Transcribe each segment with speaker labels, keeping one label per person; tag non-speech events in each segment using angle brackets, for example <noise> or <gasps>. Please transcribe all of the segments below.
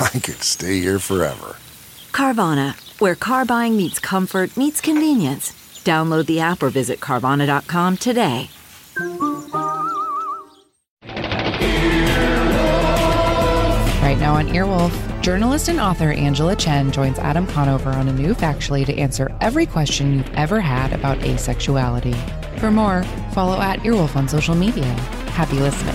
Speaker 1: I could stay here forever.
Speaker 2: Carvana, where car buying meets comfort, meets convenience. Download the app or visit Carvana.com today.
Speaker 3: Right now on Earwolf, journalist and author Angela Chen joins Adam Conover on a new Factually to answer every question you've ever had about asexuality. For more, follow at Earwolf on social media. Happy listening.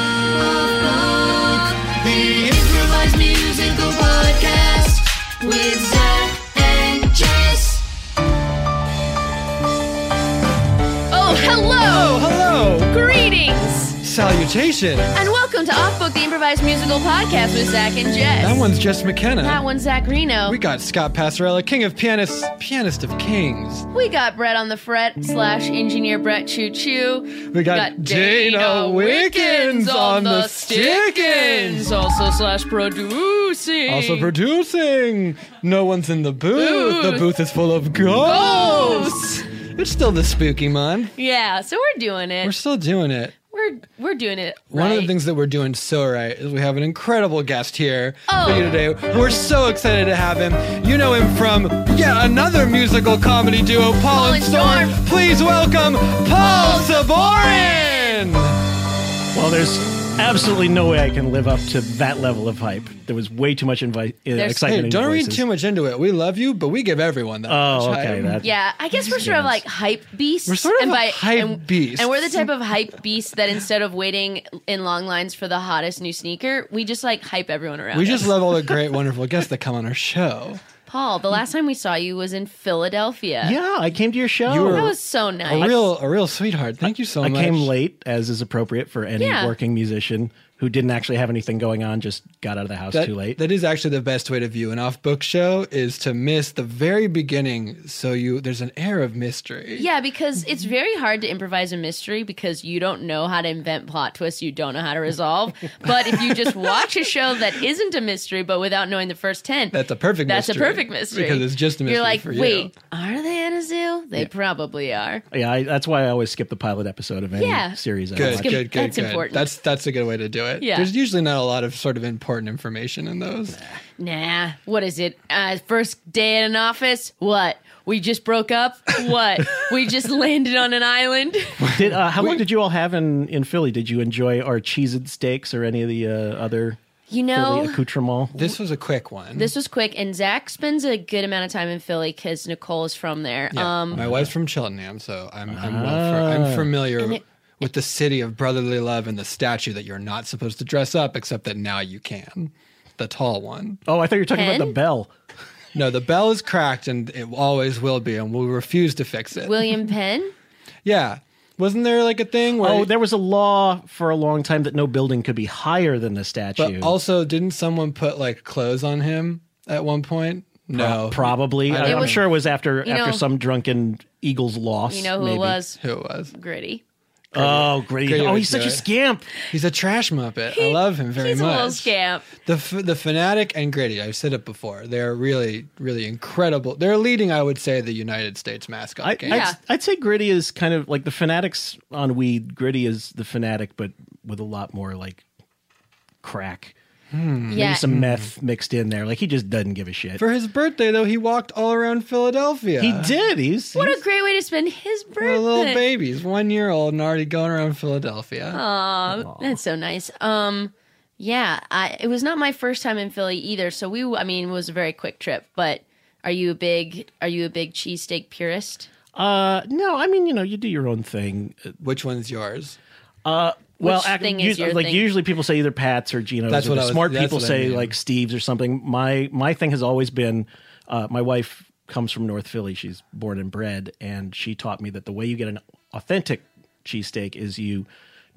Speaker 4: The improvised musical podcast with Zach and Jess.
Speaker 5: Oh, hello!
Speaker 6: Hello!
Speaker 5: Greetings!
Speaker 6: Salutation!
Speaker 5: And welcome to OFFBOOK, the improvised musical podcast with Zach and Jess.
Speaker 6: That one's Jess McKenna.
Speaker 5: That one's Zach Reno.
Speaker 6: We got Scott Passarella, king of pianists, pianist of kings.
Speaker 5: We got Brett on the fret slash engineer Brett Choo Choo.
Speaker 6: <laughs> We got Dana Wickens on the Stickins.
Speaker 5: also slash producing.
Speaker 6: Also producing. No one's in the booth. The
Speaker 5: Booth.
Speaker 6: booth is full of ghosts.
Speaker 5: Ghosts.
Speaker 6: It's still the spooky month.
Speaker 5: Yeah, so we're doing
Speaker 6: We're
Speaker 5: it.
Speaker 6: still doing it.
Speaker 5: We're we're doing it.
Speaker 6: One of the
Speaker 5: right.
Speaker 6: things that we're doing so right is we have an incredible guest here for you today. We're so excited to have him. You know him from yet another musical comedy duo, Paul, and
Speaker 5: and
Speaker 6: Storm.
Speaker 5: Storm.
Speaker 6: Please welcome Paul Saborin.
Speaker 7: Well, there's absolutely no way I can live up to that level of hype. There was way too much invi- uh, excitement.
Speaker 6: Hey,
Speaker 7: in
Speaker 6: don't
Speaker 7: your
Speaker 6: read
Speaker 7: voices.
Speaker 6: too much into it. We love you, but we give everyone that.
Speaker 7: Oh,
Speaker 6: much.
Speaker 7: okay.
Speaker 6: I-
Speaker 7: That,
Speaker 5: Yeah, I guess we're sort of like hype beasts.
Speaker 6: We're sort of a hype
Speaker 5: and,
Speaker 6: beast.
Speaker 5: and we're the type of hype beasts that instead of waiting in long lines for the hottest new sneaker, we just like hype everyone around.
Speaker 6: We
Speaker 5: us.
Speaker 6: just love all the great, wonderful guests that come on our
Speaker 5: <laughs>
Speaker 6: show.
Speaker 5: Paul. The last time we saw you was in Philadelphia.
Speaker 7: Yeah, I came to your show.
Speaker 6: You were-
Speaker 5: that was so nice.
Speaker 6: A real, a real sweetheart. Thank you so
Speaker 7: I
Speaker 6: much.
Speaker 7: came late, as is appropriate for any
Speaker 5: Yeah.
Speaker 7: working musician who didn't actually have anything going on, just got out of the house
Speaker 6: That-
Speaker 7: too late.
Speaker 6: That is actually the best way to view an off-book show is to miss the very beginning, so you there's an air of mystery.
Speaker 5: Yeah, because it's very hard to improvise a mystery because you don't know how to invent plot twists you don't know how to resolve. But if you just watch a show that isn't a mystery but without knowing the first 10,
Speaker 6: That's a perfect
Speaker 5: that's
Speaker 6: mystery,
Speaker 5: a perfect mystery.
Speaker 6: because it's just a mystery
Speaker 5: You're like,
Speaker 6: for you.
Speaker 5: wait, are they in a zoo? They probably are.
Speaker 7: yeah, I, that's why I always skip the pilot episode of any
Speaker 5: Yeah.
Speaker 7: series. I
Speaker 6: Good,
Speaker 7: watch.
Speaker 6: good, good,
Speaker 5: that's
Speaker 6: good.
Speaker 5: important.
Speaker 6: That's that's a good way to do it.
Speaker 5: Yeah.
Speaker 6: There's usually not a lot of sort of important information in those.
Speaker 5: Nah, what is it? Uh, first day in an office? What? We just
Speaker 6: <laughs>
Speaker 5: broke up? What? we just landed on an island?
Speaker 7: Did, uh, how long did you all have in, in Philly? Did you enjoy our cheese and steaks or any of the uh, other
Speaker 5: You
Speaker 7: Philly
Speaker 5: know,
Speaker 7: accoutrements?
Speaker 6: This was a quick one.
Speaker 5: this was quick. And Zach spends a good amount of time in Philly because Nicole is from there.
Speaker 6: Yeah.
Speaker 5: Um,
Speaker 6: my wife's from Cheltenham, so I'm I'm, well fr-
Speaker 7: Ah.
Speaker 6: I'm familiar with the city of brotherly love and the statue that you're not supposed to dress up, except that now you can. The tall one.
Speaker 7: Oh, I thought you were talking about
Speaker 5: Ken?
Speaker 7: the bell.
Speaker 6: No, the bell is cracked and it always will be, and we refuse to fix it.
Speaker 5: William Penn?
Speaker 6: Yeah. Wasn't there like a thing where
Speaker 7: Oh, there was a law for a long time that no building could be higher than the statue.
Speaker 6: But also, didn't someone put like clothes on him at one point? No,
Speaker 7: probably.
Speaker 6: I
Speaker 7: I, am
Speaker 6: don't-
Speaker 7: sure it was after
Speaker 5: You
Speaker 7: after
Speaker 5: know-
Speaker 7: some drunken Eagles loss.
Speaker 5: You know who
Speaker 7: maybe.
Speaker 5: it was?
Speaker 6: <laughs> who it was?
Speaker 5: Gritty.
Speaker 7: Oh, great.
Speaker 6: Grady
Speaker 7: oh,
Speaker 6: would
Speaker 7: he's such
Speaker 6: do
Speaker 7: a
Speaker 6: it.
Speaker 7: scamp.
Speaker 6: He's a trash muppet. I love him very
Speaker 5: He's
Speaker 6: much.
Speaker 5: a little scamp.
Speaker 6: The f- the fanatic and gritty. I've said it before. They're really really incredible. They're leading, I would say, the United States mascot
Speaker 7: I,
Speaker 6: game.
Speaker 7: I'd,
Speaker 5: Yeah.
Speaker 7: I'd say Gritty is kind of like the fanatics on weed. Gritty is the fanatic, but with a lot more like crack,
Speaker 5: Yeah.
Speaker 7: maybe some meth mixed in there. Like he just doesn't give a shit.
Speaker 6: Hmm. For his birthday, though, he walked all around Philadelphia.
Speaker 7: he did. He's
Speaker 5: what
Speaker 7: he's-
Speaker 5: a great way to spend his
Speaker 6: We're
Speaker 5: birthday.
Speaker 6: little babies, one year old, and already going around Philadelphia.
Speaker 7: Oh,
Speaker 5: That's so nice. Um, yeah, I, it was not my first time in Philly either. So we, I mean, it was a very quick trip. But are you a big, are you a big cheesesteak purist?
Speaker 7: uh, no. I mean, you know, you do your own thing. Uh,
Speaker 6: Which one's yours?
Speaker 7: Well,
Speaker 5: Which
Speaker 7: act-
Speaker 5: thing
Speaker 7: us-
Speaker 5: is your
Speaker 7: like
Speaker 5: thing?
Speaker 7: usually people say either Pat's or Gino's.
Speaker 6: That's
Speaker 7: or
Speaker 6: what
Speaker 7: the
Speaker 6: I was-
Speaker 7: smart
Speaker 6: that's
Speaker 7: people
Speaker 6: what I
Speaker 7: say
Speaker 6: mean.
Speaker 7: like Steve's or something. My my thing has always been uh, my wife comes from North Philly. She's born and bred, and she taught me that the way you get an authentic cheesesteak is you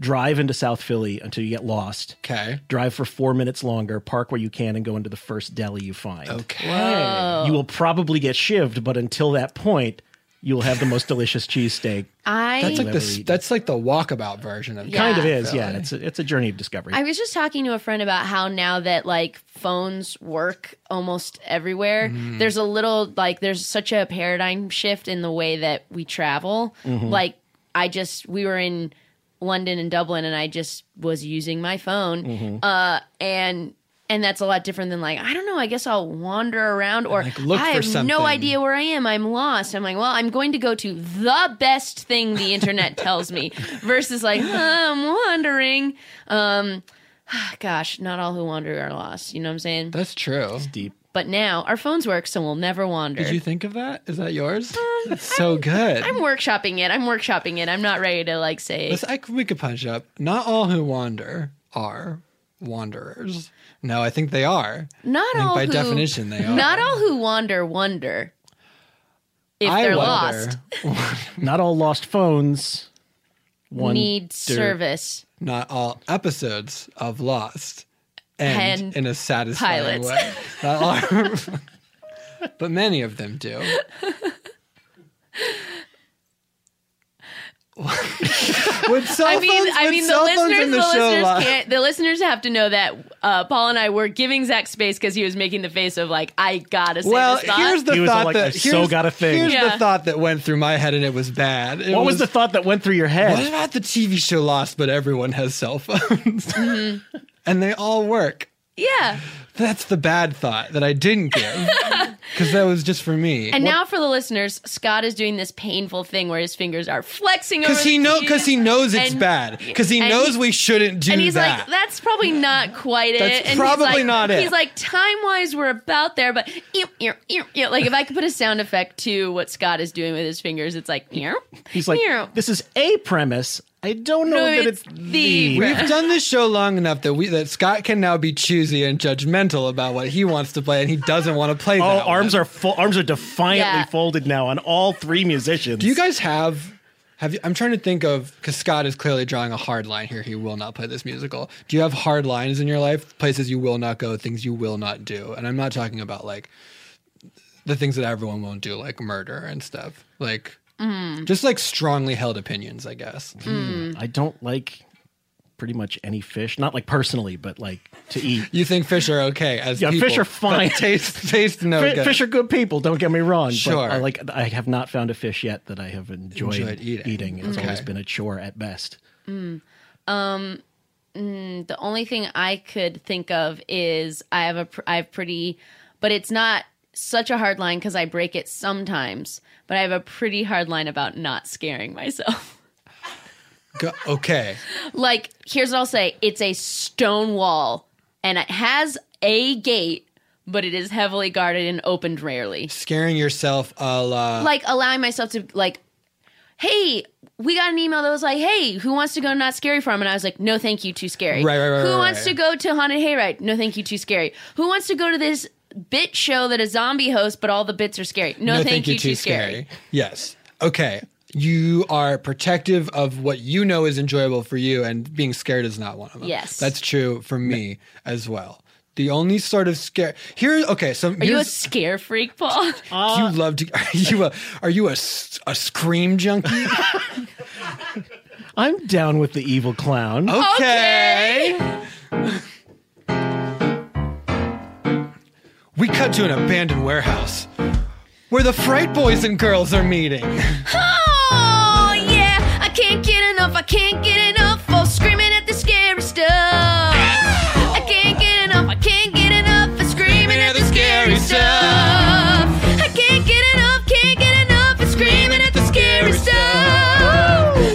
Speaker 7: drive into South Philly until you get lost.
Speaker 6: Okay.
Speaker 7: Drive for four minutes longer, park where you can, and go into the first deli you find.
Speaker 6: Okay.
Speaker 7: You will probably get shivved, but until that point, you'll have
Speaker 6: <laughs>
Speaker 7: the most delicious cheesesteak.
Speaker 5: I
Speaker 6: That's like
Speaker 7: Never
Speaker 6: the
Speaker 7: eaten.
Speaker 6: that's like the walkabout version of
Speaker 7: Kind of
Speaker 5: Yeah.
Speaker 7: is, yeah. It's a, it's a journey of discovery.
Speaker 5: I was just talking to a friend about how now that like phones work almost everywhere, there's a little like there's such a paradigm shift in the way that we travel. Like I just we were in London and Dublin and I just was using my phone. Uh and and that's a lot different than like I don't know. I guess I'll wander around or
Speaker 6: Like, look
Speaker 5: I
Speaker 6: for
Speaker 5: have
Speaker 6: something.
Speaker 5: no idea where I am. I'm lost. I'm like, well, I'm going to go to the best thing the internet
Speaker 6: <laughs>
Speaker 5: tells me versus like "Huh, I'm wandering. Um, <sighs> gosh, not all who wander are lost. You know what I'm saying?
Speaker 6: That's true.
Speaker 7: Deep.
Speaker 5: But now our phones work, so we'll never wander.
Speaker 6: Did you think of that? Is that yours?
Speaker 7: Um,
Speaker 6: It's so good.
Speaker 5: I'm workshopping it. I'm workshopping it. I'm not ready to like say.
Speaker 6: Let's- I c- we could punch up. Not all who wander are wanderers. No, I think they are.
Speaker 5: not
Speaker 6: I think
Speaker 5: all
Speaker 6: by
Speaker 5: who,
Speaker 6: definition they are.
Speaker 5: Not all who wander wonder. If
Speaker 6: I
Speaker 5: they're
Speaker 6: wander. <laughs>
Speaker 5: lost,
Speaker 7: not all lost phones one <laughs>
Speaker 5: need service.
Speaker 6: Not all episodes of Lost end
Speaker 5: And
Speaker 6: in a satisfying
Speaker 5: pilots.
Speaker 6: way. Not all- but many of them do. Would cell
Speaker 5: I mean,
Speaker 6: phones-
Speaker 5: I
Speaker 6: would
Speaker 5: mean, the
Speaker 6: cell phones
Speaker 5: listeners,
Speaker 6: in
Speaker 5: the,
Speaker 6: show
Speaker 5: listeners
Speaker 6: Lost-
Speaker 5: can't. The listeners have to know that uh, Paul and I were giving Zach space because he was making the face of like, I gotta say
Speaker 6: Well,
Speaker 5: this thought.
Speaker 6: here's the
Speaker 7: He was all
Speaker 6: thought
Speaker 7: like,
Speaker 6: that
Speaker 7: "I so
Speaker 6: here's-
Speaker 7: got a thing."
Speaker 6: Here's
Speaker 5: Yeah.
Speaker 6: the thought that went through my head, and it was bad. It
Speaker 7: what was, the thought that went through your
Speaker 6: What
Speaker 7: head
Speaker 6: about the TV show Lost? But everyone has cell phones, <laughs>
Speaker 5: Mm-hmm.
Speaker 6: and they all work.
Speaker 5: yeah.
Speaker 6: That's the bad thought that I didn't
Speaker 5: <laughs>
Speaker 6: give because that was just for me.
Speaker 5: And now for the listeners, Scott is doing this painful thing where his fingers are flexing over
Speaker 6: because he
Speaker 5: the
Speaker 6: know
Speaker 5: keys.
Speaker 6: because he knows it's
Speaker 5: And-
Speaker 6: bad because he
Speaker 5: and
Speaker 6: knows
Speaker 5: he-
Speaker 6: we shouldn't do
Speaker 5: and he's
Speaker 6: that.
Speaker 5: like, that's probably not quite it.
Speaker 6: That's
Speaker 5: and he's
Speaker 6: probably
Speaker 5: like-
Speaker 6: not it.
Speaker 5: He's like, time wise, we're about there, but ew, ew, ew, ew. like if I could put a sound effect to what Scott is doing with his fingers, it's like, ew,
Speaker 7: he's like
Speaker 5: ew.
Speaker 7: this is a premise i don't know
Speaker 5: No,
Speaker 7: that
Speaker 5: it's
Speaker 7: it's,
Speaker 5: the
Speaker 7: the,
Speaker 5: premise.
Speaker 6: We've done this show long enough that we that Scott can now be choosy and judgmental about what he wants to play and he doesn't want to play.
Speaker 7: oh
Speaker 6: that
Speaker 7: arms
Speaker 6: one.
Speaker 7: are full arms are defiantly
Speaker 5: Yeah.
Speaker 7: folded now on all three musicians
Speaker 6: Do you guys have? Have you, I'm trying to think of because Scott is clearly drawing a hard line here. He will not play this musical. Do you have hard lines in your life? Places you will not go, things you will not do. And I'm not talking about like the things that everyone won't do, like murder and stuff. Like
Speaker 5: Mm.
Speaker 6: just like strongly held opinions, I guess.
Speaker 7: Hmm. i don't like pretty much any fish not like personally but like
Speaker 6: <laughs>
Speaker 7: to eat
Speaker 6: You think fish are okay as
Speaker 7: Yeah,
Speaker 6: people,
Speaker 7: fish are fine.
Speaker 6: but Taste, taste no
Speaker 7: Fi-
Speaker 6: good.
Speaker 7: fish are good people don't get me wrong
Speaker 6: Sure.
Speaker 7: but i like i have not found a fish yet that i have enjoyed,
Speaker 6: Enjoyed eating.
Speaker 7: eating. it's
Speaker 6: Okay.
Speaker 7: always been a chore at best
Speaker 5: Mm. Um, The only thing I could think of is I have a pr- I have pretty, but it's not such a hard line because I break it sometimes. But I have a pretty hard line about not scaring myself. <laughs>
Speaker 6: Go- okay.
Speaker 5: like here's what I'll say: it's a stone wall and it has a gate, but it is heavily guarded and opened rarely.
Speaker 6: Scaring yourself a la.
Speaker 5: Like allowing myself to like, hey. We got an email that was like, "Hey, who wants to go to Not Scary Farm?" And I was like, "No, thank you, too scary."
Speaker 6: Right, right, right,
Speaker 5: Who
Speaker 6: right,
Speaker 5: wants
Speaker 6: right.
Speaker 5: to go to Haunted Hayride? No, thank you, too scary. Who wants to go to this bit show that a zombie hosts, but all the bits are scary? No, thank, you, too scary.
Speaker 6: Yes. Okay.
Speaker 1: you are protective of what you know is enjoyable for you, and being scared is not one of them.
Speaker 8: Yes.
Speaker 1: that's true for me as well. The only sort of scare here. Okay, so
Speaker 8: Are you a
Speaker 1: here's-
Speaker 8: scare freak, Paul?
Speaker 7: Uh,
Speaker 1: you love to. <laughs> Are you a? Are you a, s- a scream junkie?
Speaker 7: I'm down with the evil clown.
Speaker 1: Okay. we cut to an abandoned warehouse where the Fright Boys and girls are meeting.
Speaker 4: Oh, yeah, I can't get enough, I can't get enough of screaming at the scary stuff. I can't get enough, I can't get enough of screaming at the scary stuff. I can't get enough, can't get enough of screaming at the scary stuff.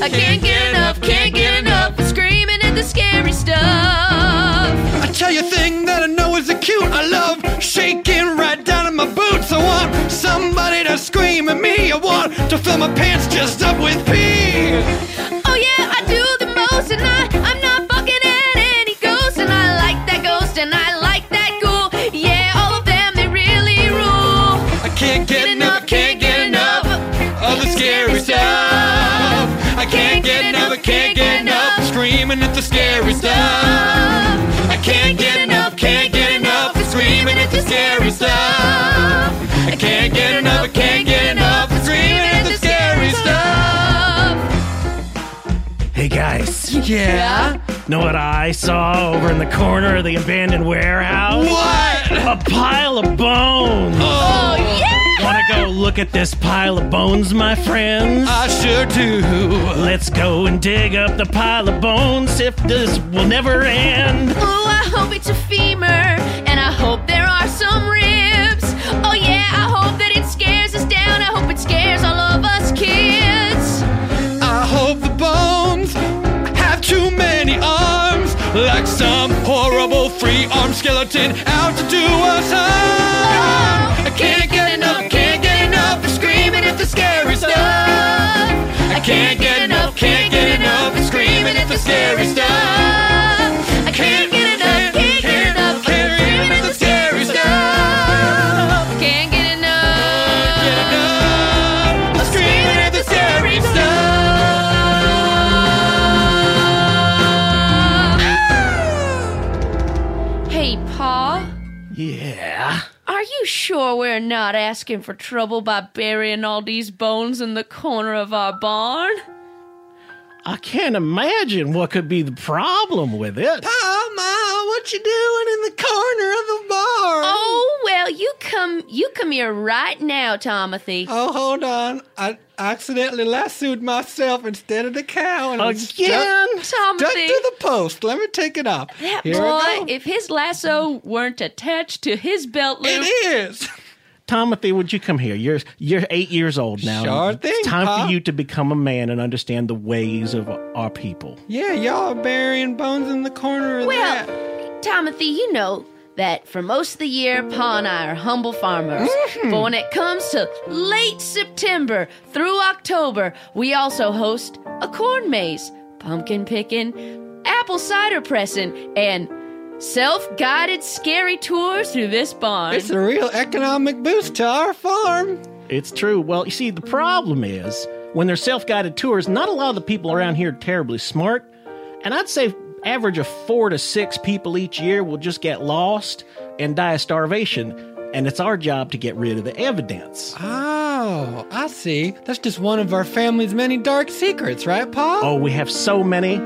Speaker 4: I can't get enough, can't get enough of screaming at the scary stuff.
Speaker 1: I tell you a thing that I know is acute. I love shaking right down in my boots. I want somebody to scream at me. I want to fill my pants just up with pee.
Speaker 4: Oh yeah, I do the most, and I I'm not fucking at any ghost, and I like that ghost, and I like that ghoul. Yeah, all of them they really rule.
Speaker 1: I can't get enough, can't get enough of the scary stuff. I can't get enough, I can't get enough screaming at the scary stuff. I can't get enough, can't get enough of screaming at the scary stuff. I can't get enough, I can't get enough of screaming at the scary stuff.
Speaker 7: Hey guys,
Speaker 1: Yeah.
Speaker 7: know what I saw over in the corner of the abandoned warehouse?
Speaker 1: What?
Speaker 7: A pile of bones.
Speaker 1: Oh,
Speaker 7: Want to go look at this pile of bones, my friends?
Speaker 1: I sure do.
Speaker 7: Let's go and dig up the pile of bones if this will never end.
Speaker 4: Oh, I hope it's a femur, and I hope there are some ribs. Oh yeah, I hope that it scares us down. I hope it scares all of us kids.
Speaker 1: I hope the bones have too many arms, like some horrible free arm skeleton out to do us harm. I can't get enough, can't get enough of screaming at the scary stuff. I can't get enough, can't get enough of screaming at the scary stuff.
Speaker 4: I can't get enough, can't get enough, can't dream of the scary stuff. Can't get enough.
Speaker 1: Enough of Screaming at the scary stuff.
Speaker 8: hey, Paul,
Speaker 7: Yeah.
Speaker 8: are you sure we're not asking for trouble by burying all these bones in the corner of our barn?
Speaker 7: I can't imagine what could be the problem with it.
Speaker 1: Oh, Ma, what you doing in the corner of the bar?
Speaker 8: Oh well, you come, you come here right now, Tomothy.
Speaker 1: Oh, hold on. I accidentally lassoed myself instead of the cow. And it's
Speaker 7: Again?
Speaker 1: Stuck, stuck
Speaker 8: Tomothy,
Speaker 1: to the post. Let me take it off.
Speaker 8: that
Speaker 1: Here I
Speaker 8: boy,
Speaker 1: go.
Speaker 8: if his lasso weren't attached to his belt loop,
Speaker 1: it is.
Speaker 7: Timothy, would you come here? You're you're eight years old now.
Speaker 1: Sure thing,
Speaker 7: It's time
Speaker 1: Pop.
Speaker 7: for you to become a man and understand the ways of our people.
Speaker 1: Yeah, y'all are burying bones in the corner of
Speaker 8: Well,
Speaker 1: that.
Speaker 8: Timothy, you know that for most of the year, Pa and I are humble farmers. But when it comes to late September through October, we also host a corn maze, pumpkin picking, apple cider pressing, and self guided scary tours through this barn.
Speaker 1: It's a real economic boost to our farm.
Speaker 7: It's true. Well, you see, the problem is when they're self guided tours, not a lot of the people around here are terribly smart. And I'd say average of four to six people each year will just get lost and die of starvation. And it's our job to get rid of the evidence.
Speaker 1: Oh, I see. That's just one of our family's many dark secrets, right, Pa?
Speaker 7: Oh, we have so many.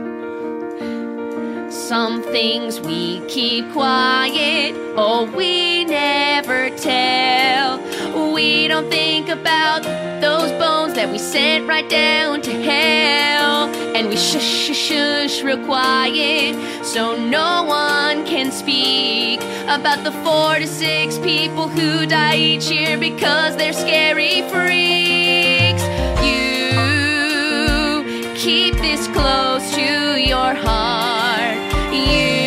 Speaker 8: Some things we keep quiet, or we never tell. We don't think about those bones that we sent right down to hell. And we shush, shush, shush real quiet, so no one can speak about the four to six people who die each year because they're scary freaks. You keep this close to your heart. You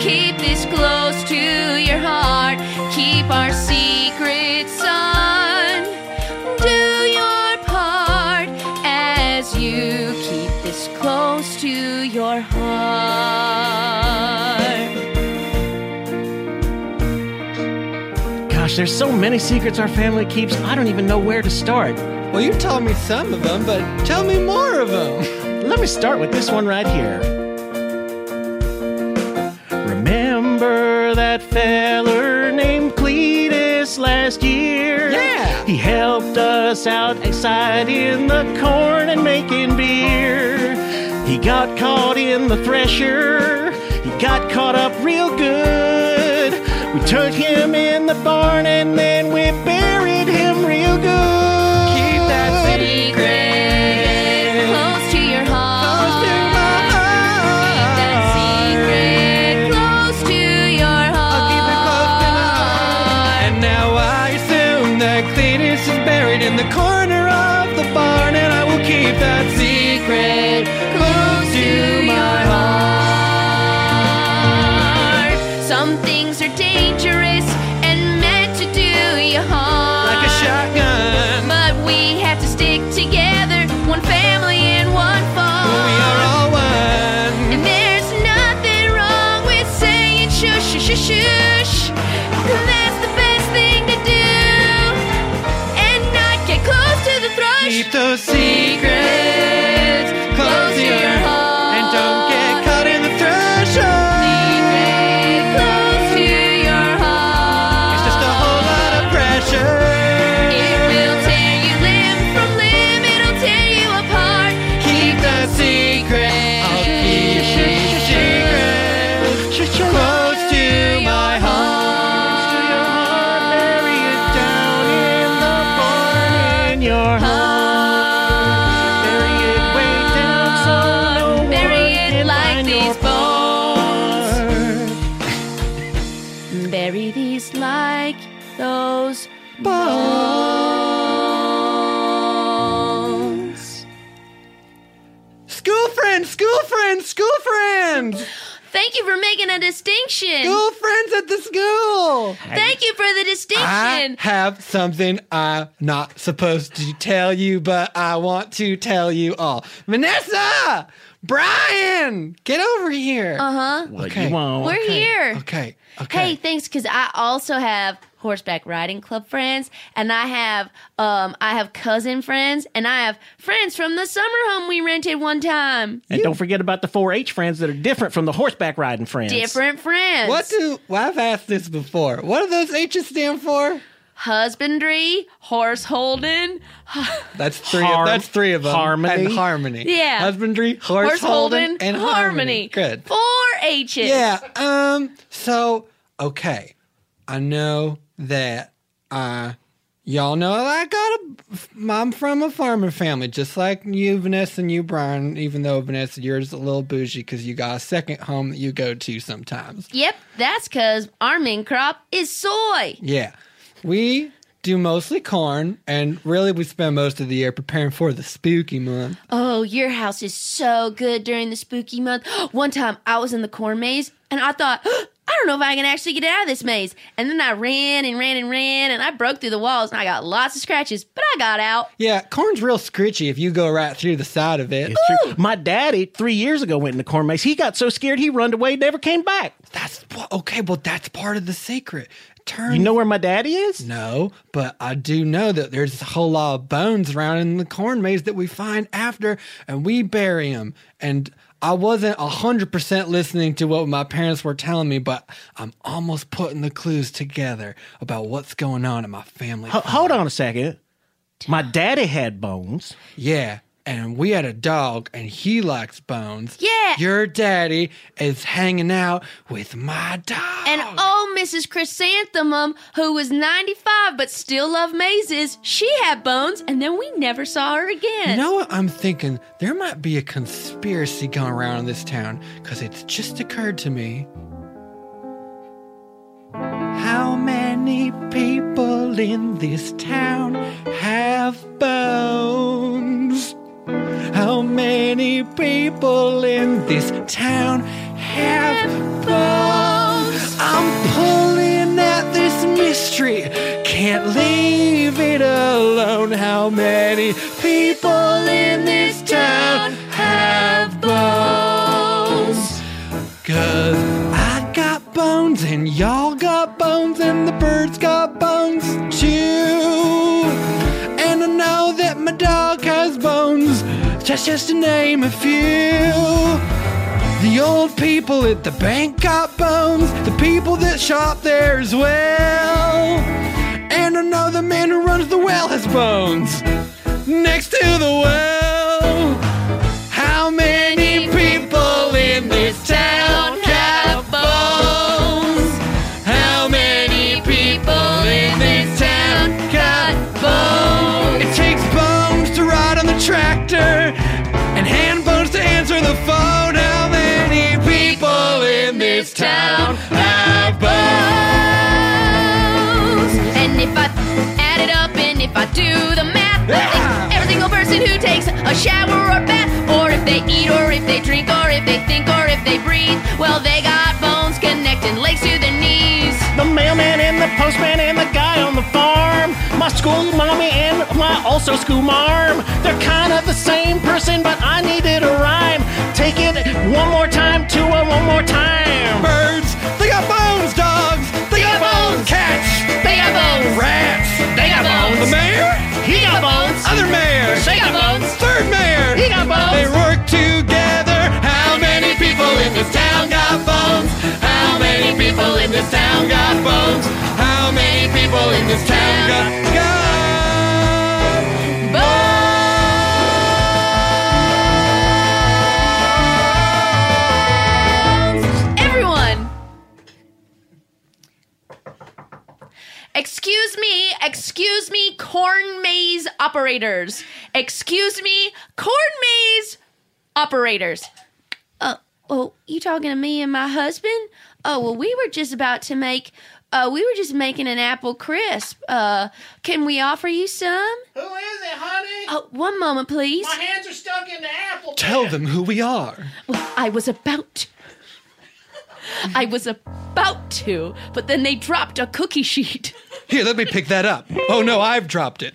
Speaker 8: keep this close to your heart. Keep our secrets on. Do your part as you keep this close to your heart.
Speaker 7: Gosh, There's so many secrets our family keeps, I don't even know where to start.
Speaker 6: Well, you told me some of them, but tell me more of them.
Speaker 7: <laughs> Let me start with this one right here. Remember that feller named Cletus last year?
Speaker 6: Yeah.
Speaker 7: He helped us out outside in the corn and making beer. He got caught in the thresher. He got caught up real good. We took him in the barn and then we buried him real good. Keep that
Speaker 4: Secret, close to your heart.
Speaker 7: secret.
Speaker 4: Secret, close to your heart.
Speaker 6: And now I assume that Cletus is buried in the corner of the barn, and I will keep that secret close to my
Speaker 4: heart. Some things are dangerous and meant to do you harm.
Speaker 6: like a shotgun.
Speaker 4: But we have to stick together, one family and one farm.
Speaker 6: We are all one.
Speaker 4: And there's nothing wrong with saying shush, shush, shush, shush. That's the best thing to do. And not get close to the thrush.
Speaker 6: Keep those secrets close
Speaker 4: Close
Speaker 6: to your heart, and don't get caught in the threshold.
Speaker 4: Close to your heart.
Speaker 6: It's just a whole lot of pressure.
Speaker 4: It will tear you limb from limb. It'll tear you apart.
Speaker 6: Keep the secret. I'll keep the secret close to my heart. Bury it down in the barn in your heart. Bury it way down so no one
Speaker 4: Ah. Bury it
Speaker 6: can
Speaker 4: like
Speaker 6: find your
Speaker 4: these bones.
Speaker 6: bones.
Speaker 4: Bury these like those bones.
Speaker 6: School friends, school friends, school friends,
Speaker 4: Thank you for making a distinction.
Speaker 6: school friends at the school.
Speaker 4: Thank you for
Speaker 6: I
Speaker 4: the distinction.
Speaker 6: have something I'm not supposed to tell you, but I want to tell you all. Vanessa! Brian! Get over here! Uh-huh.
Speaker 7: What
Speaker 6: Okay.
Speaker 7: you want?
Speaker 4: We're here.
Speaker 6: Okay, okay.
Speaker 4: Hey, thanks, because I also have horseback riding club friends, and I have um I have cousin friends, and I have friends from the summer home we rented one time.
Speaker 7: And don't forget about the 4-H friends that are different from the horseback riding friends.
Speaker 4: Different friends.
Speaker 6: What do... Well, I've asked this before. What do those H's stand for?
Speaker 4: husbandry, horse holding,
Speaker 6: That's three.
Speaker 7: Harm-
Speaker 6: of, that's three of them.
Speaker 7: harmony?
Speaker 6: and harmony.
Speaker 4: Yeah.
Speaker 6: husbandry, horse,
Speaker 4: horse
Speaker 6: holding,
Speaker 4: holding,
Speaker 6: and harmony. Good.
Speaker 4: Four H's.
Speaker 6: Yeah. Um. So okay, I know that uh, y'all know I got a mom from a farmer family, just like you, Vanessa, and you, Brian. Even though Vanessa, yours is a little bougie because you got a second home that you go to sometimes.
Speaker 4: Yep, that's because our main crop is soy.
Speaker 6: Yeah, we do mostly corn, and really we spend most of the year preparing for the spooky month.
Speaker 4: Oh, your house is so good during the spooky month. One time I was in the corn maze and I thought, <gasps> I don't know if I can actually get out of this maze. And then I ran and ran and ran and I broke through the walls and I got lots of scratches, but I got out.
Speaker 6: Yeah, corn's real scritchy if you go right through the side of it.
Speaker 7: It's true. My daddy three years ago went in the corn maze. He got so scared he runned away, never came back.
Speaker 6: That's well, okay. Well, that's part of the secret. Turn
Speaker 7: You know where my daddy is?
Speaker 6: No, but I do know that there's a whole lot of bones around in the corn maze that we find after and we bury them. And I wasn't 100% listening to what my parents were telling me, but I'm almost putting the clues together about what's going on in my family.
Speaker 7: H- hold on a second. My daddy had bones.
Speaker 6: Yeah. And we had a dog and he likes bones.
Speaker 4: Yeah.
Speaker 6: Your daddy is hanging out with my dog.
Speaker 4: And oh, Mrs. Chrysanthemum, who was 95 but still loved mazes, she had bones and then we never saw her again.
Speaker 6: You know what I'm thinking? There might be a conspiracy going around in this town because it's just occurred to me. How many people in this town have bones? How many people in this town have bones? I'm pulling at this mystery, can't leave it alone. How many people in this town have bones? Cause I got bones and y'all got bones and the bird
Speaker 1: birds got bones too. And I know that my dog has bones, just, just to name a few. The old people at the bank got bones, the people that shop there as well. And I know the man who runs the well has bones next to the well. How many people in this town have bones? How many people in this town got bones? It takes bones to ride on the tractor and hand bones to answer the phone. How many people in this town have bones?
Speaker 4: And if I add it up and if I do the math, I think every single person who takes a shower or bath, or if they eat, or if they drink, or if they think, or if they breathe, well, they got bones connecting legs to their knees.
Speaker 7: The mailman and the postman and the guy on the farm. My school mommy and my also school marm. They're kind of the same person, but I needed a rhyme. Take it one more time, two and one more time.
Speaker 1: Birds, they got bones, dogs, they got bones, cats,
Speaker 4: They got bones.
Speaker 1: rats,
Speaker 4: They got
Speaker 1: the
Speaker 4: bones.
Speaker 1: mayor,
Speaker 7: He got bones.
Speaker 1: other mayor,
Speaker 4: They got bones.
Speaker 1: third mayor.
Speaker 4: He got bones.
Speaker 1: They work together. How many people in this town got bones? How many people in this town got bones? How many people in this town got got
Speaker 4: Everyone! Excuse me, excuse me, corn maze operators. Excuse me, corn maze operators. Uh, oh, you talking to me and my husband? Oh, well, we were just about to make, uh, we were just making an apple crisp. Uh, can we offer you some?
Speaker 7: Who is it, honey?
Speaker 4: Oh, one moment, please.
Speaker 7: hands are stuck in the apple.
Speaker 1: Tell them who we are.
Speaker 4: I was about. I was about to, but then they dropped a cookie
Speaker 1: <laughs>
Speaker 4: sheet.
Speaker 1: Here, let me pick that up. Oh no, I've dropped it.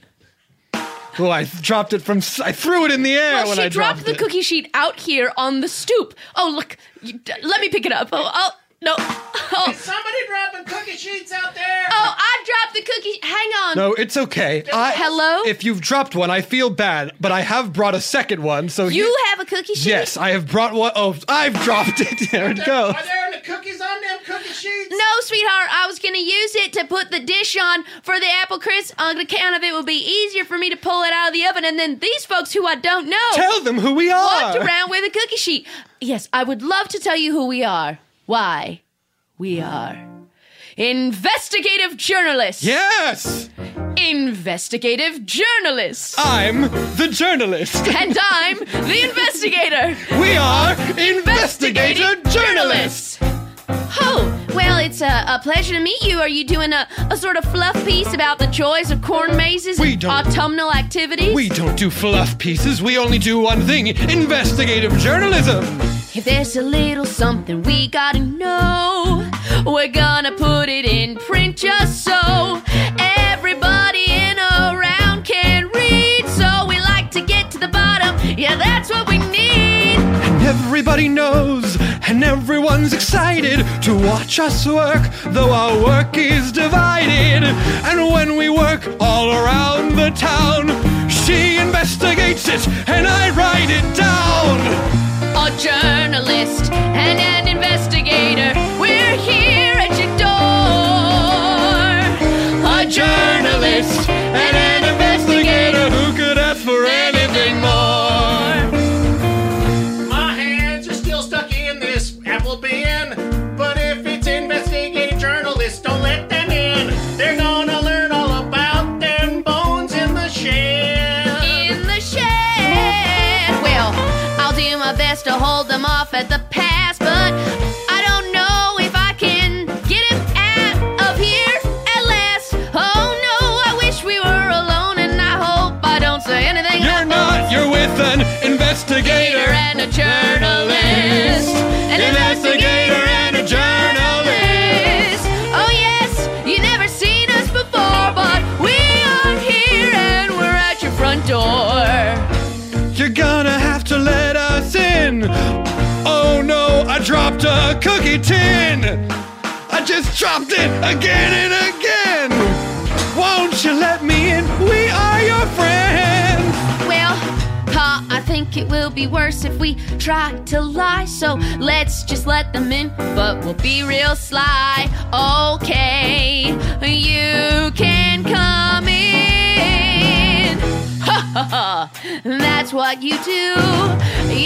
Speaker 1: Well, I dropped it from. s- I threw it in the air
Speaker 4: Well,
Speaker 1: when
Speaker 4: she
Speaker 1: I dropped,
Speaker 4: dropped the
Speaker 1: it.
Speaker 4: cookie sheet out here on the stoop. Oh, look. You, d- let me pick it up. Oh, oh no. Oh,
Speaker 7: Somebody dropping cookie sheets out there.
Speaker 4: oh, I dropped the cookie. Hang on.
Speaker 1: No, it's okay. I,
Speaker 4: Hello?
Speaker 1: If you've dropped one, I feel bad, but I have brought a second one. So
Speaker 4: You
Speaker 1: he-
Speaker 4: have a cookie sheet?
Speaker 1: Yes, I have brought one oh, I've dropped it. <laughs> There it goes.
Speaker 7: there any cookies on them cookie sheets?
Speaker 4: No, sweetheart. I was going to use it to put the dish on for the apple crisp on account of it would be easier for me to pull it out of the oven. And then these folks who I don't know.
Speaker 1: Tell them who we
Speaker 4: walked
Speaker 1: are.
Speaker 4: around with a cookie sheet. Yes, I would love to tell you who we are. Why? We are investigative journalists.
Speaker 1: Yes,
Speaker 4: Investigative journalists.
Speaker 1: I'm the journalist.
Speaker 4: and I'm the investigator.
Speaker 1: <laughs> We are investigator journalists.
Speaker 4: Oh, well, it's a, a pleasure to meet you. Are you doing a, a sort of fluff piece about the joys of corn mazes
Speaker 1: We
Speaker 4: and
Speaker 1: don't-
Speaker 4: autumnal activities?
Speaker 1: We don't do fluff pieces. We only do one thing: investigative journalism.
Speaker 4: If there's a little something we gotta know, we're gonna put it in print just so everybody in around can read. So we like to get to the bottom. Yeah, that's what we need.
Speaker 1: Everybody knows, and everyone's excited to watch us work, though our work is divided. And when we work all around the town, she investigates it, and I write it down.
Speaker 4: A journalist and an investigator, we're here at your door. A journalist and an investigator.
Speaker 1: who could ask for anything more?
Speaker 7: My hands are still stuck in this apple bin. But if it's investigative journalists, don't let them in. They're gonna learn all about them bones in the shed.
Speaker 4: in the shed. Well, I'll do my best to hold them off at the pass, but I don't know if I can get him out of here at last. Oh no, I wish we were alone, and I hope I don't say anything.
Speaker 1: You're
Speaker 4: about
Speaker 1: not, you're with an
Speaker 4: investigator
Speaker 1: investigator.
Speaker 4: and a journalist. An investigator and a journalist. Oh, yes, you never seen us before, but we are here and we're at your front door.
Speaker 1: You're gonna have to let us in. Oh no, I dropped a cookie tin. I just dropped it again and again.
Speaker 6: Won't you let me in? We are your friends.
Speaker 4: Well, Pa, I think it will be worse if we try to lie. So let's just let them in, but we'll be real sly. Okay, you can come in. Ha ha ha. <laughs> That's what you do.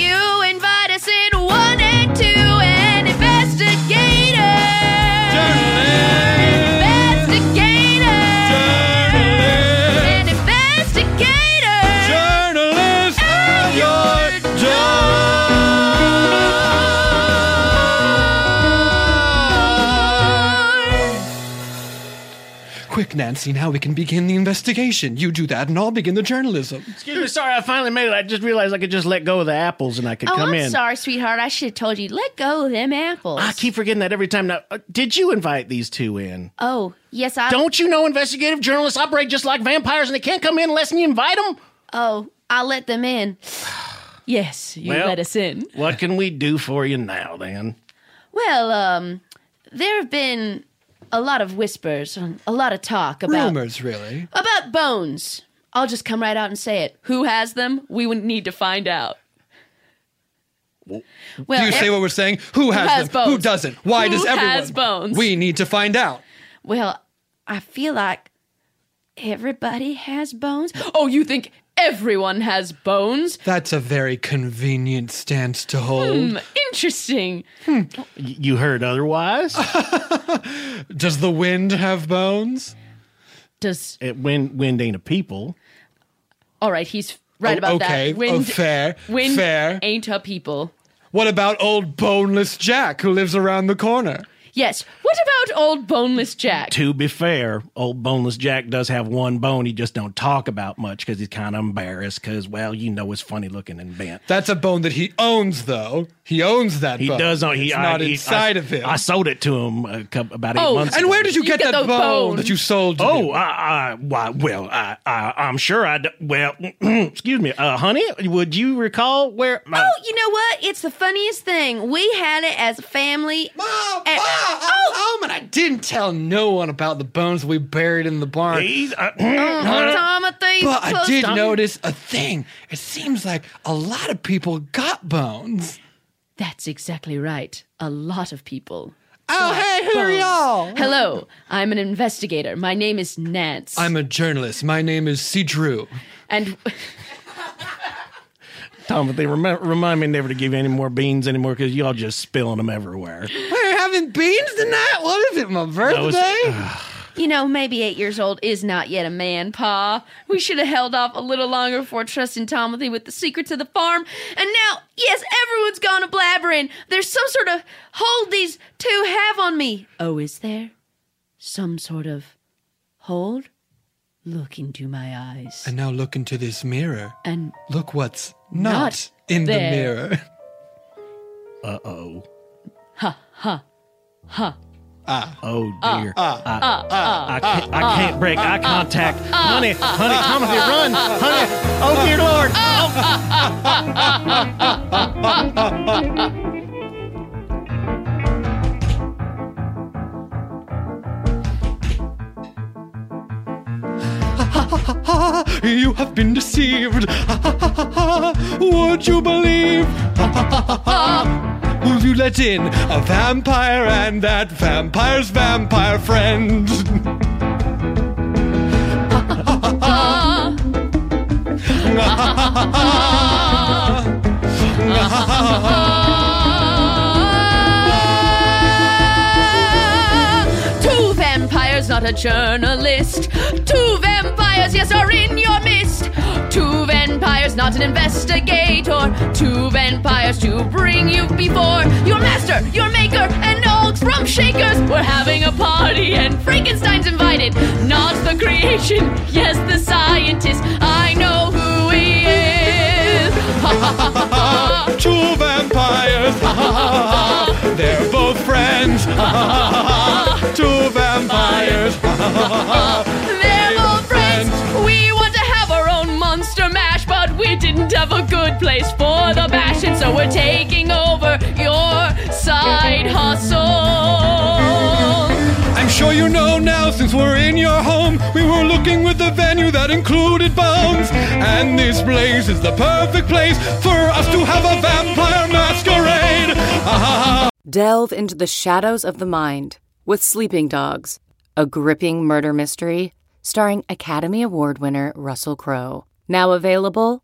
Speaker 4: You invite us in one and two and investigators. Investigators. An investigator.
Speaker 6: Journalist of your Quick, Nancy, now we can begin the investigation. You do that and I'll begin the journalism.
Speaker 7: Excuse me, sorry, I finally made it. I just realized I could just let go of the apples and I could
Speaker 5: Oh,
Speaker 7: come
Speaker 5: I'm
Speaker 7: in.
Speaker 5: sorry, sweetheart. I should have told you. Let go of them apples.
Speaker 7: I keep forgetting that every time. Now, uh, did you invite these two in?
Speaker 5: oh, yes, I.
Speaker 7: Don't you know investigative journalists operate just like vampires and they can't come in unless you invite them?
Speaker 5: Oh, I let them
Speaker 4: <sighs>
Speaker 5: in. Yes, you
Speaker 7: Well-
Speaker 5: let us in.
Speaker 7: What can we do for you now, then?
Speaker 5: Well, um, there have been a lot of whispers, and a lot of talk about
Speaker 6: Rumors, really.
Speaker 5: about bones. I'll just come right out and say it. Who has them? We would need to find out. Well,
Speaker 6: Do you say
Speaker 5: ev-
Speaker 6: what we're saying? Who has,
Speaker 5: has
Speaker 6: them? Who
Speaker 5: bones?
Speaker 6: doesn't? Why
Speaker 5: Who
Speaker 6: does everyone?
Speaker 5: has bones?
Speaker 6: We need to find out.
Speaker 5: well, I feel like everybody has bones. Oh, you think everyone has bones?
Speaker 6: That's a very convenient stance to hold.
Speaker 5: Hmm, Interesting.
Speaker 7: Y- you heard otherwise?
Speaker 6: <laughs> Does the wind have bones?
Speaker 5: Does
Speaker 7: it, wind, wind ain't a people.
Speaker 5: all right? He's right
Speaker 6: Oh,
Speaker 5: about
Speaker 6: okay.
Speaker 5: that.
Speaker 6: Oh,
Speaker 5: Wind,
Speaker 6: fair.
Speaker 5: Wind
Speaker 6: Fair.
Speaker 5: ain't a people.
Speaker 6: What about old boneless Jack who lives around the corner?
Speaker 5: Yes. What about old boneless Jack?
Speaker 7: To be fair, old boneless Jack does have one bone he just don't talk about much because he's kind of embarrassed because, well, you know, it's funny looking and bent.
Speaker 6: That's a bone that he owns, though. He owns that
Speaker 7: He
Speaker 6: bone.
Speaker 7: does on. He
Speaker 6: It's
Speaker 7: I-
Speaker 6: not
Speaker 7: he-
Speaker 6: inside
Speaker 7: I,
Speaker 6: of him.
Speaker 7: I sold it to him a couple, about eight
Speaker 5: Oh,
Speaker 7: months.
Speaker 6: and
Speaker 7: ago.
Speaker 6: where did you,
Speaker 5: You
Speaker 6: get,
Speaker 5: get
Speaker 6: that
Speaker 5: the
Speaker 6: bone,
Speaker 5: bone.
Speaker 6: that you sold? to
Speaker 7: Oh,
Speaker 6: him?
Speaker 7: I, I, why, well, I, I, I'm sure I, d- well, excuse me, uh, honey, would you recall where?
Speaker 5: Oh, you know what? It's the funniest thing. We had it as a family.
Speaker 6: Mom,
Speaker 5: Eh,
Speaker 6: Mom,
Speaker 4: Oh!
Speaker 6: I'm home, and I didn't tell no one about the bones we buried in the barn.
Speaker 7: He's,
Speaker 6: <clears throat>
Speaker 7: uh,
Speaker 5: Oh,
Speaker 7: <clears throat>
Speaker 5: Tom, I think
Speaker 6: But I
Speaker 5: Mm-hmm. close
Speaker 6: did
Speaker 5: to-
Speaker 6: notice a thing. It seems like a lot of people got bones.
Speaker 5: That's exactly right. A lot of people.
Speaker 6: Oh, hey, who are y'all?
Speaker 5: Hello, I'm an investigator. My name is Nance.
Speaker 6: I'm a journalist. My name is C. Drew.
Speaker 5: and
Speaker 7: Tom, they remind, remind me never to give you any more beans anymore because y'all just spilling them everywhere.
Speaker 6: We're having beans tonight? What is it, my birthday?
Speaker 7: was-
Speaker 5: you know, maybe eight years old is not yet a man, Pa. We should have held off a little longer before trusting Timothy with the secrets of the farm. And now, yes, everyone's gone to blabbering. There's some sort of hold these two have on me. Oh, is there some sort of hold? Look into my eyes.
Speaker 6: and now look into this mirror.
Speaker 5: and
Speaker 6: Look what's not,
Speaker 5: Not
Speaker 6: in the
Speaker 5: there.
Speaker 6: mirror.
Speaker 7: Uh oh.
Speaker 1: Ah.
Speaker 7: Ha, ha, ha. Oh dear. Ah. I, can't, I can't break eye contact. honey, honey, Timothy, run. honey, oh dear Lord.
Speaker 6: <laughs> Ah, <laughs> you have been deceived. <laughs> Ah, ah, ah, ah, ah. Would you believe? <laughs> Ah, ah, ah, ah, ah. Will you let in a vampire and that vampire's vampire friend? <laughs>
Speaker 4: Two vampires, not a journalist. Two vampires, yes, are in your midst. Two vampires, not an investigator. Two vampires to bring you before your master, your maker, and old rum shakers. We're having a party, and Frankenstein's invited. Not the creation, yes, the scientist. I know who he is.
Speaker 6: Two vampires. Ah, ah, ah, ah. They're both friends. Ah, ah, ah, ah. Two vampires. Ah, <laughs>
Speaker 4: <laughs> They're all friends. We want to have our own monster mash, but we didn't have a good place for the bash, and so we're taking over your side hustle.
Speaker 6: I'm sure you know now, since we're in your home, we were looking with a venue that included bones. And this place is the perfect place for us to have a vampire masquerade. Ah, ha, ha.
Speaker 9: Delve into the shadows of the mind with Sleeping Dogs, a gripping murder mystery starring Academy Award winner Russell Crowe. Now available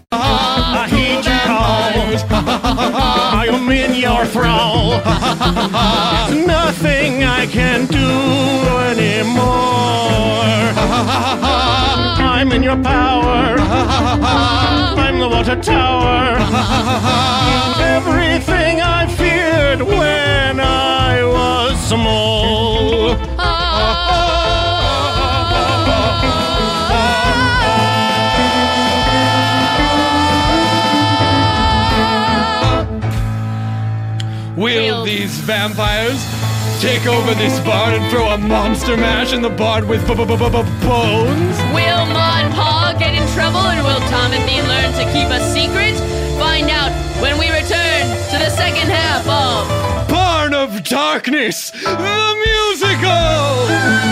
Speaker 8: Ah, I hate
Speaker 6: <laughs>
Speaker 8: you,
Speaker 6: Ah,
Speaker 8: I am in your thrall. <laughs> There's nothing I can do anymore. <laughs> I'm in your power. <laughs> I'm the water tower. <laughs> Everything I feared when I was small.
Speaker 6: Will these vampires take over this barn and throw a monster mash in the barn with b- b- b- b- bones?
Speaker 4: Will Ma and Pa get in trouble, and will Tom and Dean learn to keep a secret? Find out when we return to the second half of.
Speaker 6: Barn of Darkness, the musical!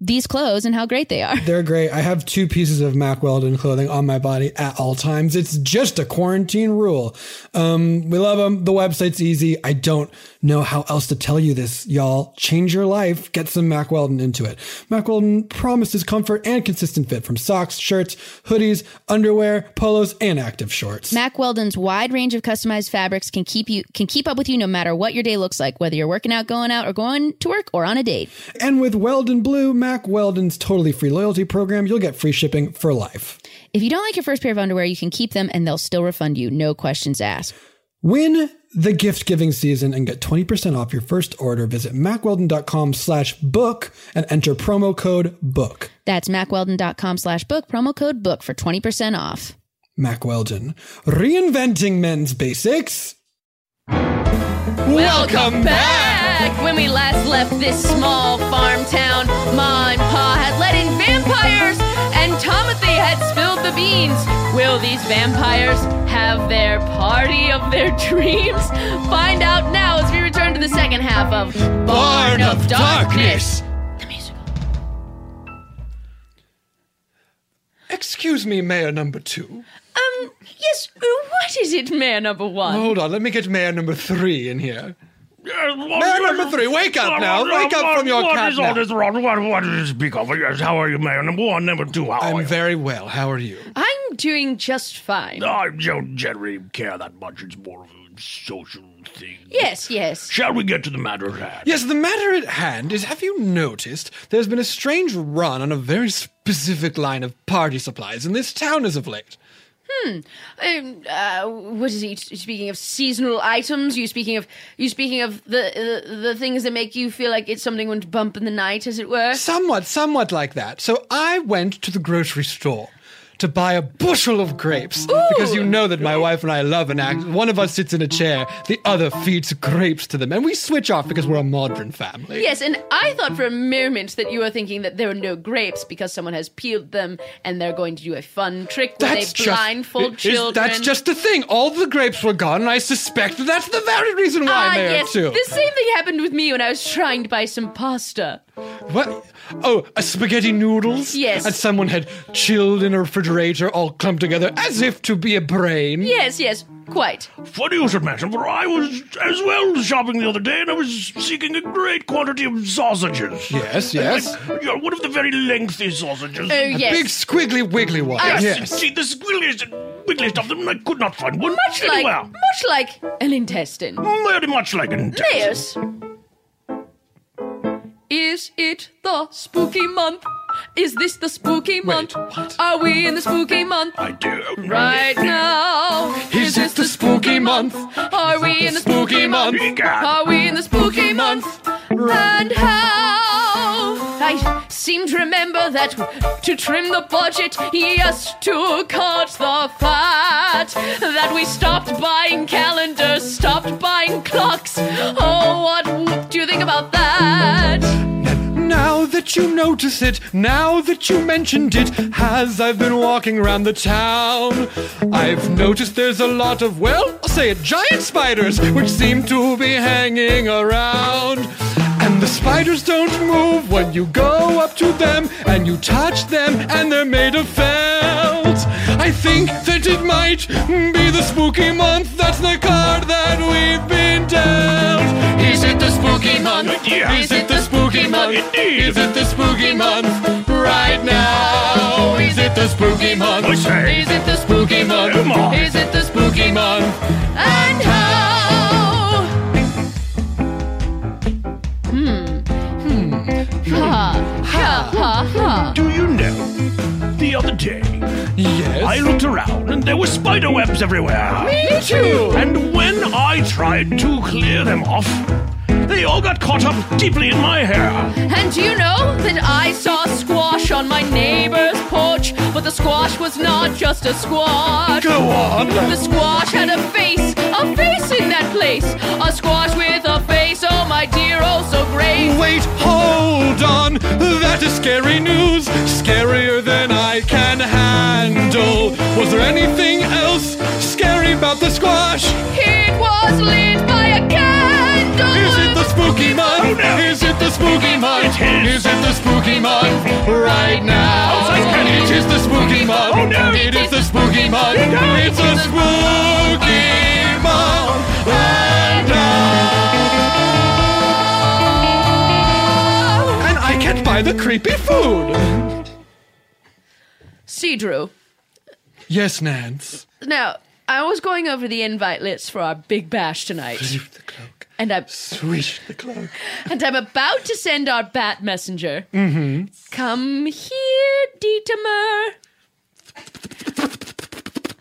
Speaker 5: these clothes and how great they are.
Speaker 6: They're great. I have two pieces of Mac Weldon clothing on my body at all times. It's just a quarantine rule. Um, we love them. The website's easy. I don't know how else to tell you this, y'all. Change your life. Get some Mac Weldon into it. Mac Weldon promises comfort and consistent fit from socks, shirts, hoodies, underwear, polos, and active shorts.
Speaker 5: Mac Weldon's wide range of customized fabrics can keep you can keep up with you no matter what your day looks like, whether you're working out, going out, or going to work or on a date.
Speaker 6: and with Weldon Blue, Mac Weldon's totally free loyalty program, you'll get free shipping for life.
Speaker 5: If you don't like your first pair of underwear, you can keep them and they'll still refund you, no questions asked.
Speaker 6: Win the gift giving season and get 20% off your first order. Visit macweldon.com slash book and enter promo code book.
Speaker 5: That's macweldon.com slash book, promo code book for 20% off.
Speaker 1: Mac Weldon, reinventing men's basics.
Speaker 8: Welcome back! When we last left this small farm town, Ma and Pa had let in vampires, and Tomothy had spilled the beans. Will these vampires have their party of their <laughs> dreams? Find out now as we return to the second half of Barn of Darkness.
Speaker 1: Excuse me, Mayor Number Two.
Speaker 8: Um, yes, what is it, Mayor Number One?
Speaker 1: Hold on, let me get Mayor Number Three in here.
Speaker 8: Ah.
Speaker 10: Mayor
Speaker 1: number three, wake up now. Wake up from your
Speaker 10: What
Speaker 1: cat
Speaker 10: is all
Speaker 1: nap.
Speaker 10: this wrong? What, what is this speak of? Yes, how are you, Mayor number one, number two? How
Speaker 1: I'm
Speaker 10: are you?
Speaker 1: very well. How are you?
Speaker 8: I'm doing just fine.
Speaker 10: I don't generally care that much. It's more of a social thing.
Speaker 8: Yes, yes.
Speaker 10: Shall we get to the matter at hand?
Speaker 1: Yes, the matter at hand is have you noticed there's been a strange run on a very specific line of party supplies in this town as of late?
Speaker 8: Hmm. Um, uh, what is he speaking of? Seasonal items? You speaking of? You speaking of the, the the things that make you feel like it's something when to bump in the night, as it were?
Speaker 1: Somewhat, somewhat like that. So I went to the grocery store to buy a bushel of grapes because you know that my wife and I love an act. One of us sits in a chair, the other feeds grapes to them, and we switch off because we're a modern family.
Speaker 8: Yes, and I thought for a moment that you were thinking that there are no grapes because someone has peeled them and they're going to do a fun trick where they blindfold
Speaker 1: is-
Speaker 8: children.
Speaker 1: That's just the thing. All the grapes were gone, and I suspect that that's the very reason why
Speaker 8: Ah,
Speaker 1: I'm there
Speaker 8: yes.
Speaker 1: too.
Speaker 8: The same thing happened with me when I was trying to buy some pasta.
Speaker 1: What? Oh, a spaghetti noodles?
Speaker 8: Yes.
Speaker 1: And someone had chilled in a refrigerator, all clumped together, as if to be a brain.
Speaker 8: Yes, yes, quite.
Speaker 10: Funny you should mention, for I was as well shopping the other day, and I was seeking a great quantity of sausages.
Speaker 1: Yes,
Speaker 10: And
Speaker 1: yes.
Speaker 10: Like, yeah, one of the very lengthy sausages.
Speaker 8: Oh, yes.
Speaker 1: Big squiggly wiggly one.
Speaker 10: Yes,
Speaker 1: yes.
Speaker 10: see, the squiggliest and wiggliest of them, and I could not find one
Speaker 8: Much like,
Speaker 10: anywhere.
Speaker 8: much like an intestine.
Speaker 10: Very much like an
Speaker 8: Layers. Is it the spooky month? Is this the spooky month? Are we in the spooky month?
Speaker 10: I do.
Speaker 8: Right now.
Speaker 1: Is this the spooky month?
Speaker 8: Are we in the spooky month?
Speaker 1: God.
Speaker 8: Are we in the spooky month? And how? I seem to remember that to trim the budget, yes, to cut the fat, that we stopped buying calendars, stopped buying clocks. Oh, what do you think about that?
Speaker 1: Now that you notice it, now that you mentioned it, as I've been walking around the town, I've noticed there's a lot of, well, I'll say it, giant spiders, which seem to be hanging around. And the spiders don't move when you go up to them and you touch them, and they're made of felt. I think that it might be the spooky month. That's the card that we've been dealt. Is it the spooky month?
Speaker 10: Yeah.
Speaker 1: Is it the spooky month?
Speaker 10: Indeed.
Speaker 1: Is it the spooky month right now? Is it the spooky month?
Speaker 10: I say.
Speaker 1: Is it the spooky month?
Speaker 10: Come on.
Speaker 1: Is it the spooky month?
Speaker 8: And how? Hmm. Ha. Ha. Ha. Ha.
Speaker 10: Do you know? The other day,
Speaker 1: yes,
Speaker 10: I looked around and there were spider webs everywhere.
Speaker 1: Me too.
Speaker 10: And when I tried to clear them off, they all got caught up deeply in my hair.
Speaker 8: And do you know that I saw squash on my neighbor's porch? But the squash was not just a squash.
Speaker 10: Go on.
Speaker 8: The squash had a face, a face in that place. A squash with a face, oh my dear, oh so great.
Speaker 1: Wait, hold on. That is scary news. Scarier than I can handle. Was there anything else scary about the squash?
Speaker 8: It was lit by a candle.
Speaker 1: Is it the spooky month? Is it the spooky month? Is Oh, it the spooky month right now? It is the spooky month. It is the spooky month. It's a spooky month right now. And I can't buy the creepy food.
Speaker 8: See, Drew.
Speaker 1: Yes, Nance.
Speaker 8: Now, I was going over the invite list for our big bash tonight. And I'm
Speaker 1: sweet the cloak.
Speaker 8: <laughs> and I'm about to send our bat messenger.
Speaker 1: Mm-hmm.
Speaker 8: Come here, Dietmer.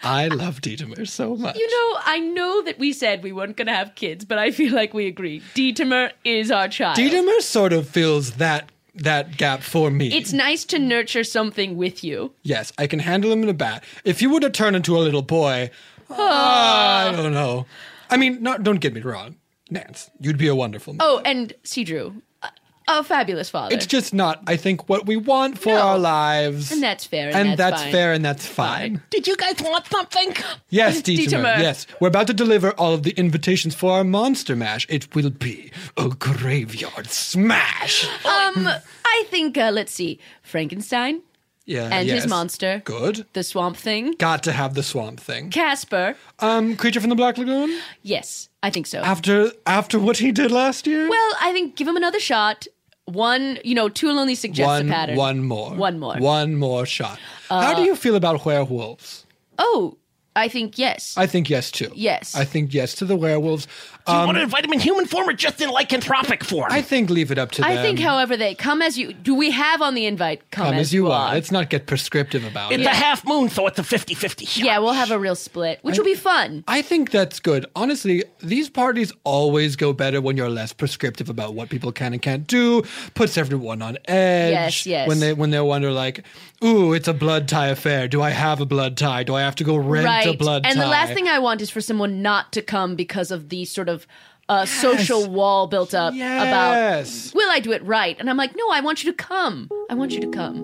Speaker 1: I love Dietmar so much.
Speaker 8: You know, I know that we said we weren't going to have kids, but I feel like we agree. Dietmer is our child.
Speaker 1: Dietmar sort of fills that
Speaker 6: that gap for me.
Speaker 4: It's nice to nurture something with you.
Speaker 6: yes, I can handle him in a bat. If you would have turned into a little boy,
Speaker 4: Ah.
Speaker 6: I don't know. I mean, not, don't get me wrong, Nance. You'd be a wonderful man.
Speaker 4: Oh, and Cedru,
Speaker 8: uh,
Speaker 4: a, a fabulous father.
Speaker 6: It's just not, I think, what we want for our lives.
Speaker 4: and that's fair, and,
Speaker 6: And
Speaker 4: that's, fine.
Speaker 6: fair and that's fine.
Speaker 4: Did you guys want something? <laughs>
Speaker 6: Yes, Dietmer. Yes, we're about to deliver all of the invitations for our monster mash. It will be a graveyard
Speaker 4: <gasps>
Speaker 6: smash.
Speaker 4: Um, I think uh, let's see, Frankenstein
Speaker 6: Yeah,
Speaker 4: and
Speaker 6: Uh, yes.
Speaker 4: his monster,
Speaker 6: Good.
Speaker 4: the Swamp Thing,
Speaker 6: Got to have the swamp thing.
Speaker 4: Casper.
Speaker 6: Um, creature from the Black Lagoon.
Speaker 4: Yes, I think so.
Speaker 6: After after what he did last year.
Speaker 4: well, I think give him another shot. One, you know, Tool only suggests
Speaker 6: one,
Speaker 4: a pattern.
Speaker 6: one more.
Speaker 4: One more.
Speaker 6: One more shot. How
Speaker 4: Uh,
Speaker 6: do you feel about werewolves?
Speaker 4: Oh, I think yes.
Speaker 6: I think yes too.
Speaker 4: Yes.
Speaker 6: I think yes to the werewolves.
Speaker 4: Do you
Speaker 6: Um,
Speaker 4: want to
Speaker 5: invite them in human form or just in lycanthropic form?
Speaker 6: I think leave it up to
Speaker 4: I
Speaker 6: them.
Speaker 4: think, however, they come as you. Do we have on the invite? Come,
Speaker 6: come as you are. Let's not get prescriptive about it.
Speaker 5: half moon, so it's a 50 50
Speaker 4: Yeah, we'll have a real split, which
Speaker 6: I-
Speaker 4: will be fun.
Speaker 6: I think that's good. Honestly, these parties always go better when you're less prescriptive about what people can and can't do. Puts everyone on edge.
Speaker 4: Yes, yes.
Speaker 6: When they when they wonder like, "Ooh, it's a blood tie affair. Do I have a blood tie? Do I have to go rent a blood tie?"
Speaker 4: and the last thing I want is for someone not to come because of the sort of uh, social wall built up
Speaker 6: Yes.
Speaker 4: about will I do it right? And I'm like, no, I want you to come. I want you to come.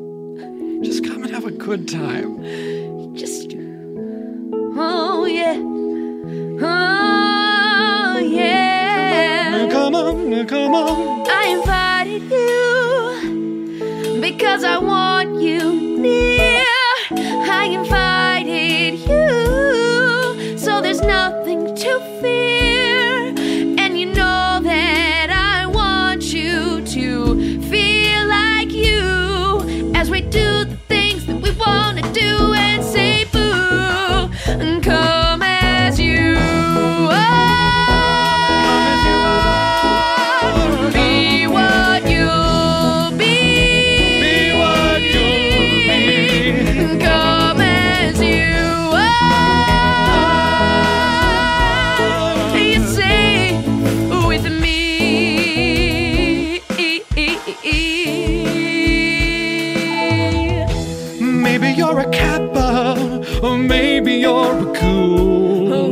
Speaker 6: Just come and have a good time.
Speaker 4: Just oh yeah, oh yeah.
Speaker 6: Come on, come on.
Speaker 4: I invited you because I want you near. I invited you, so there's nothing to fear. And you know that I want you to feel like you as we do the things that we want to do and say boo and come as you are. Be what you be. Be what you be. Come as you are. You say with me.
Speaker 6: Maybe you're a kappa, or maybe you're a ghoul.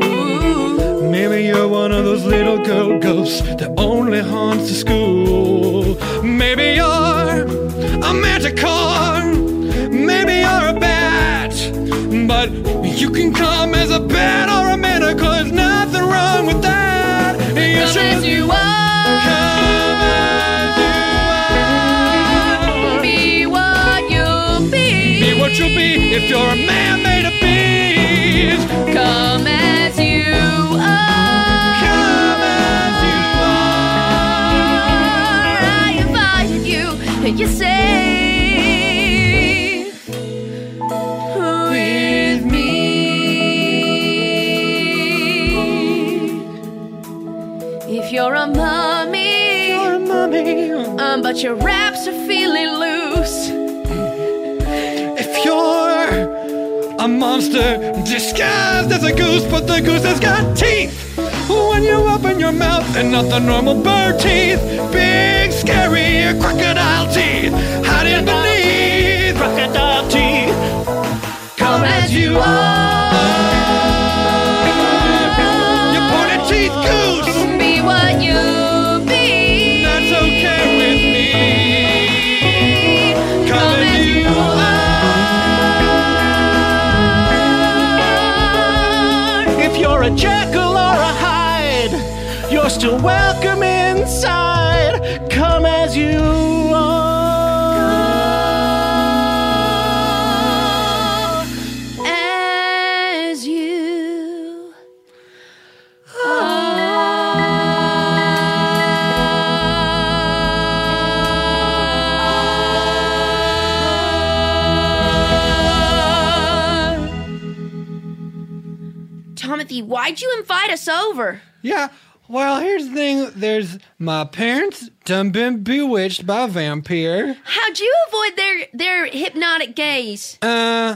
Speaker 6: Maybe you're one of those little girl ghosts that only haunts the school. Maybe you're a manticore, maybe you're a bat, but you can come as a bat or a manticore. There's nothing wrong with that. You
Speaker 4: Come
Speaker 6: should
Speaker 4: as you are. Be what you be.
Speaker 6: be what you'll be if you're a man made of bees.
Speaker 4: Come as you are. Come as you are. I invited you, and you say with me. If you're a mummy, you're a mummy. Um, but your wraps are feeling loose.
Speaker 6: If you're a monster disguised as a goose, but the goose has got teeth. When you open your mouth, and not the normal bird teeth, big, scary crocodile teeth hiding beneath crocodile teeth. Come as you are. Your pointed teeth goose.
Speaker 4: Be what you be.
Speaker 6: That's okay with me. Come as you
Speaker 7: If you're a jackal or a hide, you're still welcome inside. Come as you are.
Speaker 4: as you Timothy, why'd you invite us over?
Speaker 6: Yeah. Well, here's the thing. There's my parents done been bewitched by a vampire.
Speaker 4: How'd you avoid their their hypnotic gaze?
Speaker 6: Uh,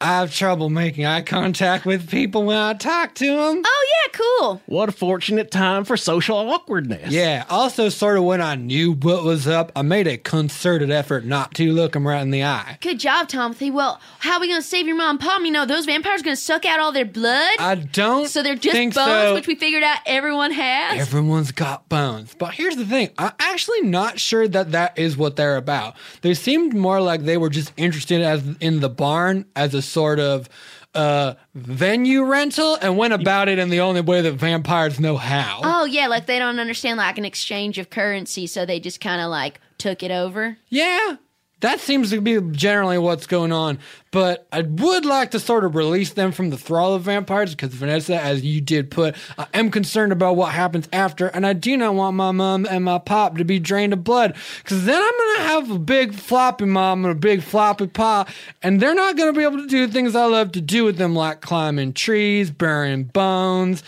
Speaker 6: I have trouble making eye contact with people when I talk to them.
Speaker 5: Oh, yeah, cool.
Speaker 7: What a fortunate time for social awkwardness.
Speaker 6: Yeah. Also, sort of when I knew what was up, I made a concerted effort not to look them right in the eye.
Speaker 5: Good job, Timothy. Well, how are we going to save your mom and pop? Um, You know, those vampires going to suck out all their blood.
Speaker 6: I don't.
Speaker 5: so they're just
Speaker 6: think
Speaker 5: bones,
Speaker 6: so.
Speaker 5: which we figured out everyone has.
Speaker 6: Everyone's got bones. But here's the thing I'm actually not sure that that is what they're about. They seemed more like they were just interested as in the barn as a sort of uh, venue rental and went about it in the only way that vampires know how.
Speaker 5: Oh, yeah, like they don't understand like an exchange of currency, so they just kind of like took it over.
Speaker 6: Yeah, that seems to be generally what's going on. But I would like to sort of release them from the thrall of vampires because, Vanessa, as you did put, I am concerned about what happens after, and I do not want my mom and my pop to be drained of blood because then I'm going to have a big floppy mom and a big floppy pop, and they're not going to be able to do things I love to do with them, like climbing trees, burying bones.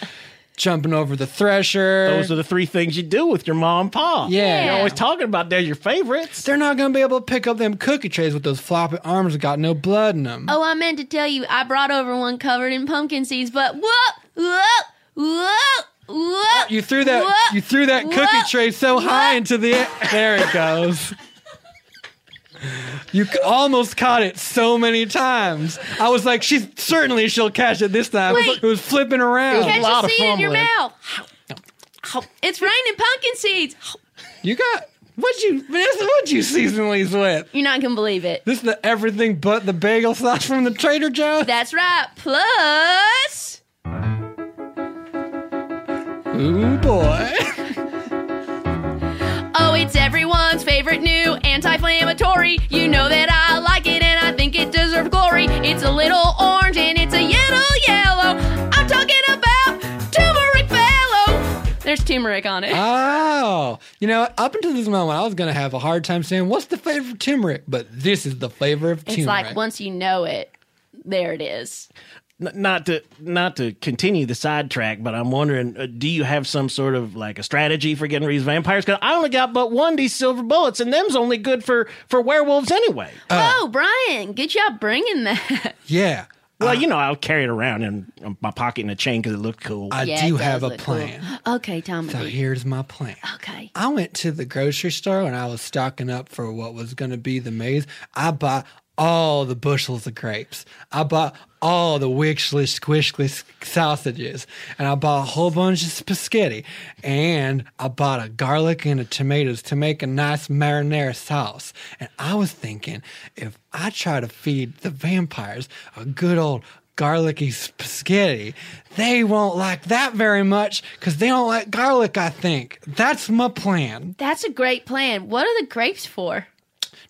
Speaker 6: Jumping over the thresher.
Speaker 7: Those are the three things you do with your mom and pa.
Speaker 6: Yeah.
Speaker 7: You're always talking about they're your favorites.
Speaker 6: They're not going to be able to pick up them cookie trays with those floppy arms that got no blood in them.
Speaker 5: Oh, I meant to tell you, I brought over one covered in pumpkin seeds, but whoop, whoop, whoop, whoop.
Speaker 6: You threw that
Speaker 5: whoop.
Speaker 6: you threw that cookie
Speaker 5: What?
Speaker 6: tray so high
Speaker 5: What?
Speaker 6: into the air. There it goes. You c- almost caught it so many times. I was like, she's certainly she'll catch it this time.
Speaker 5: Wait.
Speaker 6: it was flipping around.
Speaker 5: You can't just see it in your mouth. It's raining pumpkin seeds.
Speaker 6: You got what you Vanessa, what you season these with?
Speaker 5: You're not gonna believe it.
Speaker 6: This is the everything but the bagel sauce from the Trader Joe's.
Speaker 5: That's right. Plus,
Speaker 6: Ooh boy.
Speaker 5: oh, it's everyone's favorite new anti-inflammatory. You know that I like it and I think it deserves glory. It's a little orange and it's a yellow yellow. I'm talking about turmeric fellow. There's turmeric on it.
Speaker 6: Oh, you know, up until this moment, I was gonna have a hard time saying what's the flavor of turmeric, but this is the flavor of
Speaker 5: it's
Speaker 6: turmeric.
Speaker 5: like once you know it, there it is.
Speaker 7: N- not to not to continue the sidetrack, but I'm wondering, uh, do you have some sort of like a strategy for getting rid of these vampires? Because I only got but one of these silver bullets, and them's only good for for werewolves anyway.
Speaker 5: Whoa, Oh, Brian, good job bringing that.
Speaker 6: Uh, yeah. Uh,
Speaker 7: Well, you know, I'll carry it around in, in my pocket in a chain because it looked cool.
Speaker 6: I
Speaker 5: Yeah,
Speaker 6: do
Speaker 5: it does
Speaker 6: have a
Speaker 5: look cool.
Speaker 6: plan.
Speaker 5: Okay, Tommy.
Speaker 6: So here's my plan.
Speaker 5: Okay.
Speaker 6: I went to the grocery store when I was stocking up for what was going to be the maze. I bought all the bushels of grapes. I bought all the wixly squishly s- sausages. And I bought a whole bunch of spaghetti. And I bought a garlic and a tomatoes to make a nice marinara sauce. And I was thinking if I try to feed the vampires a good old garlicky spaghetti. They won't like that very much because they don't like garlic, I think. That's my plan
Speaker 5: That's a great plan. What are the grapes for?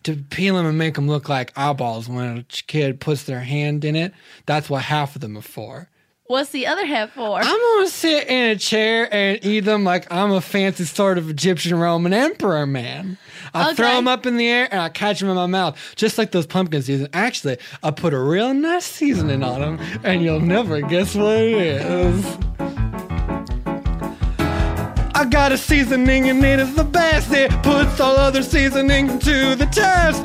Speaker 6: to peel them and make them look like eyeballs when a ch- kid puts their hand in it. That's what half of them are for.
Speaker 5: What's the other half for?
Speaker 6: I'm gonna sit in a chair and eat them like I'm a fancy sort of Egyptian Roman emperor man. I
Speaker 5: Okay.
Speaker 6: throw them up in the air and I catch them in my mouth, just like those pumpkin season. Actually, I put a real nice seasoning on them, and you'll never guess what it is. I got a seasoning and it is the best. It puts all other seasoning to the test.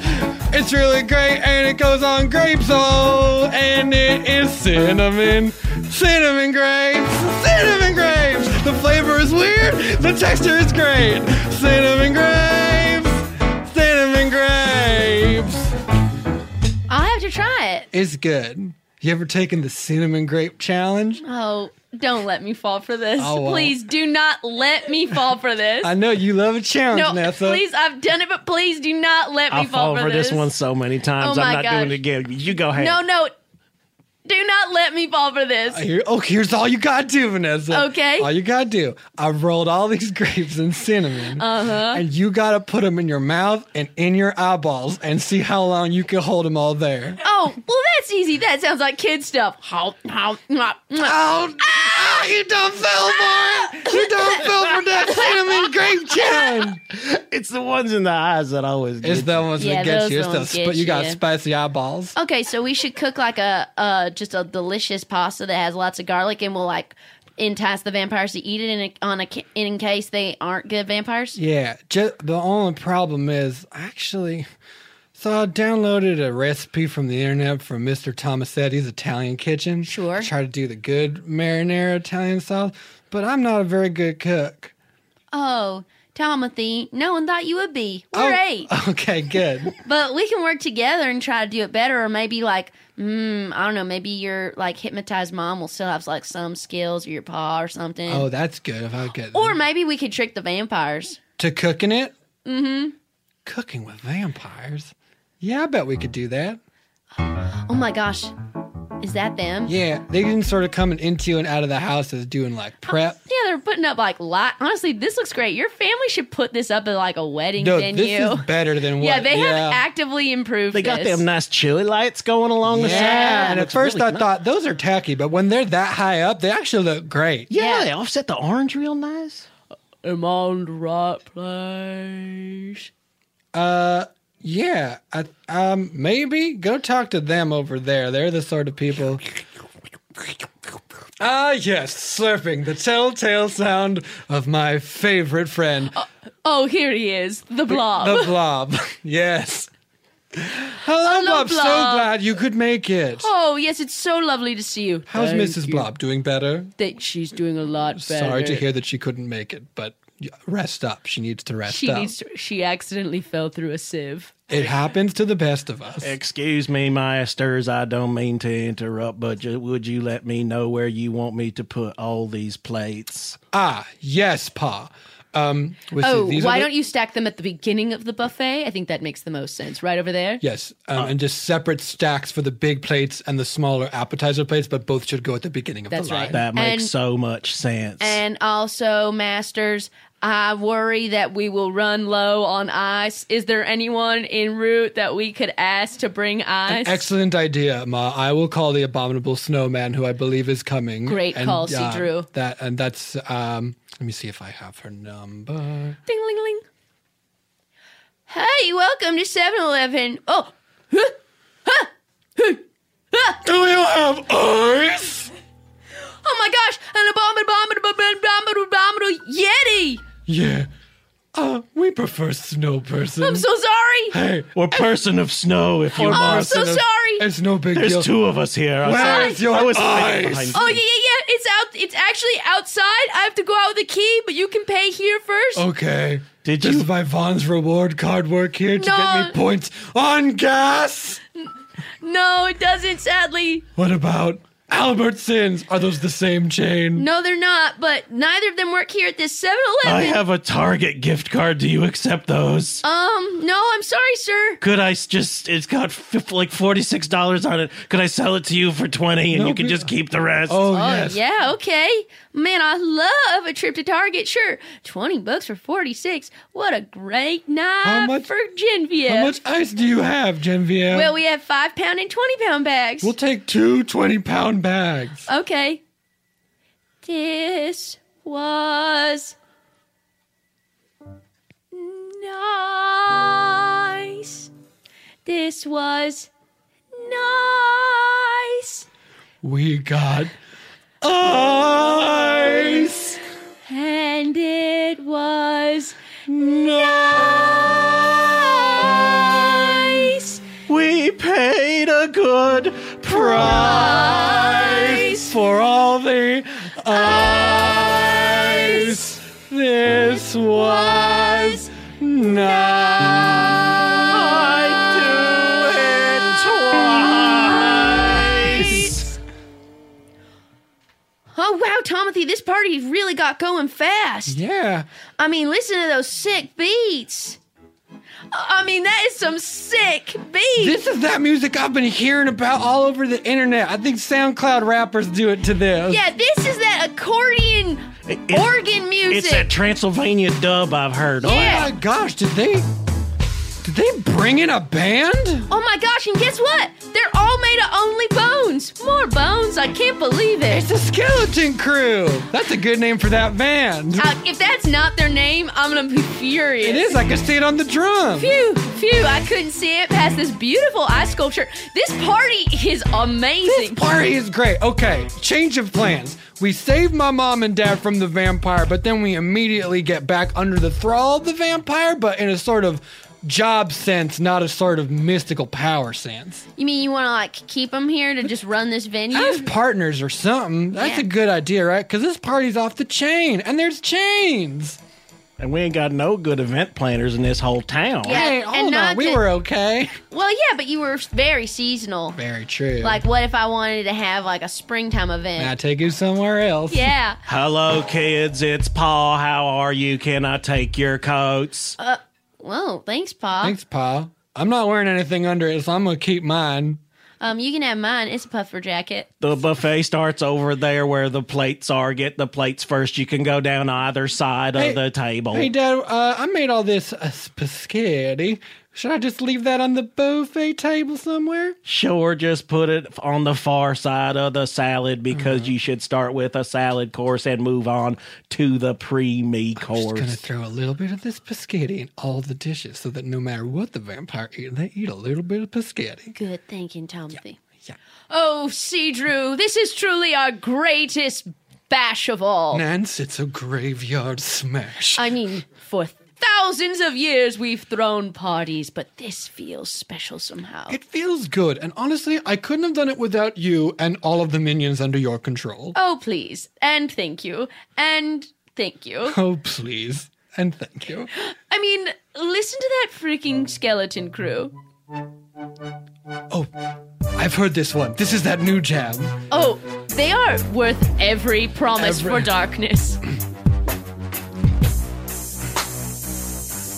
Speaker 6: It's really great and it goes on grapes. Oh, and it is cinnamon. Cinnamon grapes. Cinnamon grapes. The flavor is weird. The texture is great. Cinnamon grapes. Cinnamon grapes.
Speaker 5: I'll have to try it.
Speaker 6: It's good. You ever taken the cinnamon grape challenge?
Speaker 5: Oh, don't let me fall for this.
Speaker 6: I won't.
Speaker 5: Please do not let me fall for
Speaker 7: <laughs>
Speaker 5: this.
Speaker 6: I know you love a challenge,
Speaker 5: no,
Speaker 6: Nessa.
Speaker 5: please, I've done it, but please do not let me
Speaker 7: I
Speaker 5: fall,
Speaker 7: fall for this one so many times.
Speaker 5: Oh
Speaker 7: I'm
Speaker 5: my
Speaker 7: not doing it again. You go ahead.
Speaker 5: No, no. Do not let me fall for this.
Speaker 6: Here, oh, here's all you gotta do, Vanessa.
Speaker 5: Okay.
Speaker 6: All you gotta do. I've rolled all these <laughs> grapes in cinnamon,
Speaker 5: Uh-huh.
Speaker 6: and you gotta put them in your mouth and in your eyeballs, and see how long you can hold them all there.
Speaker 5: Oh, well, that's easy. That sounds like kid stuff. How, how, mwah, mwah.
Speaker 6: Ah, you don't fell for it. You don't fell for that cinnamon grape challenge.
Speaker 7: <laughs> It's the ones in the eyes that always get
Speaker 6: It's the
Speaker 7: you.
Speaker 6: ones
Speaker 5: Yeah,
Speaker 6: that get
Speaker 5: those
Speaker 6: you. It's
Speaker 5: ones
Speaker 6: those,
Speaker 5: get
Speaker 6: but you got
Speaker 5: you.
Speaker 6: spicy eyeballs.
Speaker 5: Okay, so we should cook like a uh, just a delicious pasta that has lots of garlic, and we'll like entice the vampires to eat it in a, on a ca- in case they aren't good vampires.
Speaker 6: Yeah. Just, the only problem is actually So I downloaded a recipe from the internet from Mr. Tomasetti's Italian Kitchen. Sure. Try to do the good marinara Italian sauce, but I'm not a very good cook.
Speaker 5: Oh, Tomothy, no one thought you would be. We're
Speaker 6: Oh.
Speaker 5: eight.
Speaker 6: <laughs> Okay, good.
Speaker 5: But we can work together and try to do it better, or maybe like, mm, I don't know, maybe your like hypnotized mom will still have like some skills, or your pa or something.
Speaker 6: oh, that's good if I get
Speaker 5: or maybe we could trick the vampires.
Speaker 6: to cooking it.
Speaker 5: Mm-hmm.
Speaker 6: Cooking with vampires. Yeah, I bet we could do that.
Speaker 5: Oh my gosh, is that them?
Speaker 6: Yeah, they can sort of coming into and out of the house as doing like prep.
Speaker 5: Yeah, they're putting up like light. Honestly, this looks great. Your family should put this up at like a wedding
Speaker 6: No,
Speaker 5: venue.
Speaker 6: this is better than what.
Speaker 5: <laughs> yeah, they have actively improved.
Speaker 7: They got
Speaker 5: this.
Speaker 7: them nice chili lights going along the side.
Speaker 6: Yeah, and at
Speaker 7: It's
Speaker 6: first
Speaker 7: really
Speaker 6: I
Speaker 7: nice.
Speaker 6: thought those are tacky, but when they're that high up, they actually look great.
Speaker 7: yeah, they offset the orange real nice.
Speaker 5: Am I on the right place?
Speaker 6: Uh, yeah. I, um, maybe go talk to them over there. They're the sort of people. Ah, yes, slurping the telltale sound of my favorite friend,
Speaker 5: Oh, here he is, the blob. <laughs>
Speaker 6: the blob. <laughs> yes. Hello,
Speaker 5: Hello,
Speaker 6: blob. So
Speaker 5: Blob.
Speaker 6: glad you could make it.
Speaker 5: Oh yes, it's so lovely to see you.
Speaker 6: How's
Speaker 5: Thank
Speaker 6: Mrs.
Speaker 5: you.
Speaker 6: Blob doing better?
Speaker 5: That she's doing a lot better.
Speaker 6: Sorry to hear that she couldn't make it, but rest up. She needs to rest
Speaker 5: She
Speaker 6: up.
Speaker 5: needs. To, she accidentally fell through a sieve.
Speaker 6: It happens to the best of us.
Speaker 7: Excuse me, masters. I don't mean to interrupt, but ju- would you let me know where you want me to put all these plates?
Speaker 6: Ah, yes, Pa. Um, which is-
Speaker 5: oh,
Speaker 6: these are
Speaker 5: why
Speaker 6: the-
Speaker 5: don't you stack them at the beginning of the buffet? I think that makes the most sense. Right over there.
Speaker 6: Yes, um, and just separate stacks for the big plates and the smaller appetizer plates, but both should go at the beginning of
Speaker 5: That's
Speaker 6: the
Speaker 5: right.
Speaker 6: line.
Speaker 5: That makes And-
Speaker 7: so much sense.
Speaker 5: And also, masters, I worry that we will run low on ice. Is there anyone en route that we could ask to bring ice?
Speaker 6: Excellent idea, Ma. I will call the abominable snowman, who I believe is coming.
Speaker 5: Great call, C.
Speaker 6: uh,
Speaker 5: Drew.
Speaker 6: That and that's. Um, let me see if I have her number.
Speaker 5: Ding, ling, ling. Hey, welcome to 7 Eleven. Oh,
Speaker 6: Do you have ice?
Speaker 5: oh my gosh, an abominable, abominable, abominable, abominable Yeti.
Speaker 6: Yeah. Uh, we prefer snow person.
Speaker 5: I'm so sorry.
Speaker 6: Hey,
Speaker 7: or person of snow, if you
Speaker 6: Or
Speaker 7: want.
Speaker 5: I'm so
Speaker 6: person of-
Speaker 5: sorry.
Speaker 6: It's no big
Speaker 7: There's
Speaker 6: deal.
Speaker 7: two of us here. I-
Speaker 6: Where is your
Speaker 7: I was hiding
Speaker 6: ice?
Speaker 5: <laughs>
Speaker 7: behind-
Speaker 5: Oh yeah, yeah, yeah. It's out. It's actually outside. I have to go out with a key, but you can pay here first.
Speaker 6: Okay. Did you? Does my Vaughn's reward card work here to get
Speaker 5: No.
Speaker 6: me points on gas?
Speaker 5: No, it doesn't. Sadly,
Speaker 6: What about Albertsons? Are those the same chain?
Speaker 5: no, they're not. But neither of them work here at this 7-Eleven.
Speaker 7: I have a Target gift card. Do you accept those?
Speaker 5: Um, no, I'm sorry, sir.
Speaker 7: Could I s- just? It's got f- like forty six dollars on it. Could I sell it to you for twenty, and
Speaker 5: No,
Speaker 7: you can just keep the rest?
Speaker 6: Oh,
Speaker 5: Oh, yeah, okay. Man, I love a trip to Target. Sure, twenty bucks for forty six. What a great night
Speaker 6: much-
Speaker 5: for Genevieve.
Speaker 6: How much ice do you have, Genevieve?
Speaker 5: Well, we have five pound and twenty pound bags.
Speaker 6: will take two 20 pound bags.
Speaker 5: Okay. This was nice. This was nice.
Speaker 6: We got ice.
Speaker 5: And it was nice.
Speaker 7: We paid a good
Speaker 6: price for all the ice. This was nice.
Speaker 5: Oh, wow, Timothy, this party really got going fast.
Speaker 6: Yeah.
Speaker 5: I mean, listen to those sick beats. I mean, that is some sick beats.
Speaker 6: This is that music I've been hearing about all over the internet. I think SoundCloud rappers do it to this.
Speaker 5: Yeah, this is that accordion
Speaker 7: It's-
Speaker 5: organ music.
Speaker 7: It's that Transylvania dub I've heard. Oh,
Speaker 5: Yeah.
Speaker 6: Oh my gosh, did they did they bring in a band?
Speaker 5: oh my gosh, and guess what? They're all made of only bones. More bones, I can't believe it.
Speaker 6: It's the Skeleton Crew. That's a good name for that band.
Speaker 5: Uh, if that's not their name, I'm gonna be furious.
Speaker 6: It is. I can see it on the drum.
Speaker 5: Phew, phew, I couldn't see it past this beautiful ice sculpture. This party is amazing.
Speaker 6: Party is great. Okay, change of plans. We save my mom and dad from the vampire, but then we immediately get back under the thrall of the vampire, but in a sort of job sense, not a sort of mystical power sense.
Speaker 5: You mean you want to like keep them here to just run this venue?
Speaker 6: As partners or something. That's a good idea, right? Because this party's off the chain, and there's chains.
Speaker 7: And we ain't got no good event planners in this whole town.
Speaker 5: Yeah, <laughs> Hey, and hold on, not we ju- were
Speaker 6: okay.
Speaker 5: Well, yeah, but you were very seasonal.
Speaker 6: Very true.
Speaker 5: Like, what if I wanted to have like a springtime event?
Speaker 6: I take you somewhere else.
Speaker 5: Yeah.
Speaker 7: Hello, kids. It's Paul. How are you? Can I take your coats?
Speaker 5: Uh, well, thanks, Pa.
Speaker 6: Thanks, Pa. I'm not wearing anything under it, so I'm gonna keep mine.
Speaker 5: Um, you can have mine. It's a puffer jacket.
Speaker 7: The buffet starts over there where the plates are. Get the plates first. You can go down either side
Speaker 6: Hey-
Speaker 7: of the table.
Speaker 6: Hey, Dad, uh, I made all this uh, spaghetti. Should I just leave that on the buffet table somewhere?
Speaker 7: Sure, just put it on the far side of the salad because
Speaker 6: Mm-hmm.
Speaker 7: you should start with a salad course and move on to the pre-me
Speaker 6: Just gonna
Speaker 7: course.
Speaker 6: throw a little bit of this biscotti in all the dishes, so that no matter what the vampire eat, they eat a little bit of biscotti.
Speaker 5: Good thinking, Tomothy. Oh, see, Drew, this is truly our greatest bash of all.
Speaker 6: Nance, it's a graveyard smash.
Speaker 5: I mean, for thousands of years we've thrown parties, but this feels special somehow.
Speaker 6: It feels good, and honestly, I couldn't have done it without you and all of the minions under your control.
Speaker 5: Oh, please. And thank you. And thank you.
Speaker 8: <laughs>
Speaker 6: Oh, please. And thank you.
Speaker 5: I mean, listen to that freaking skeleton crew.
Speaker 6: I've heard this one. This is that new jam.
Speaker 5: Oh, they are worth every promise for darkness. <laughs>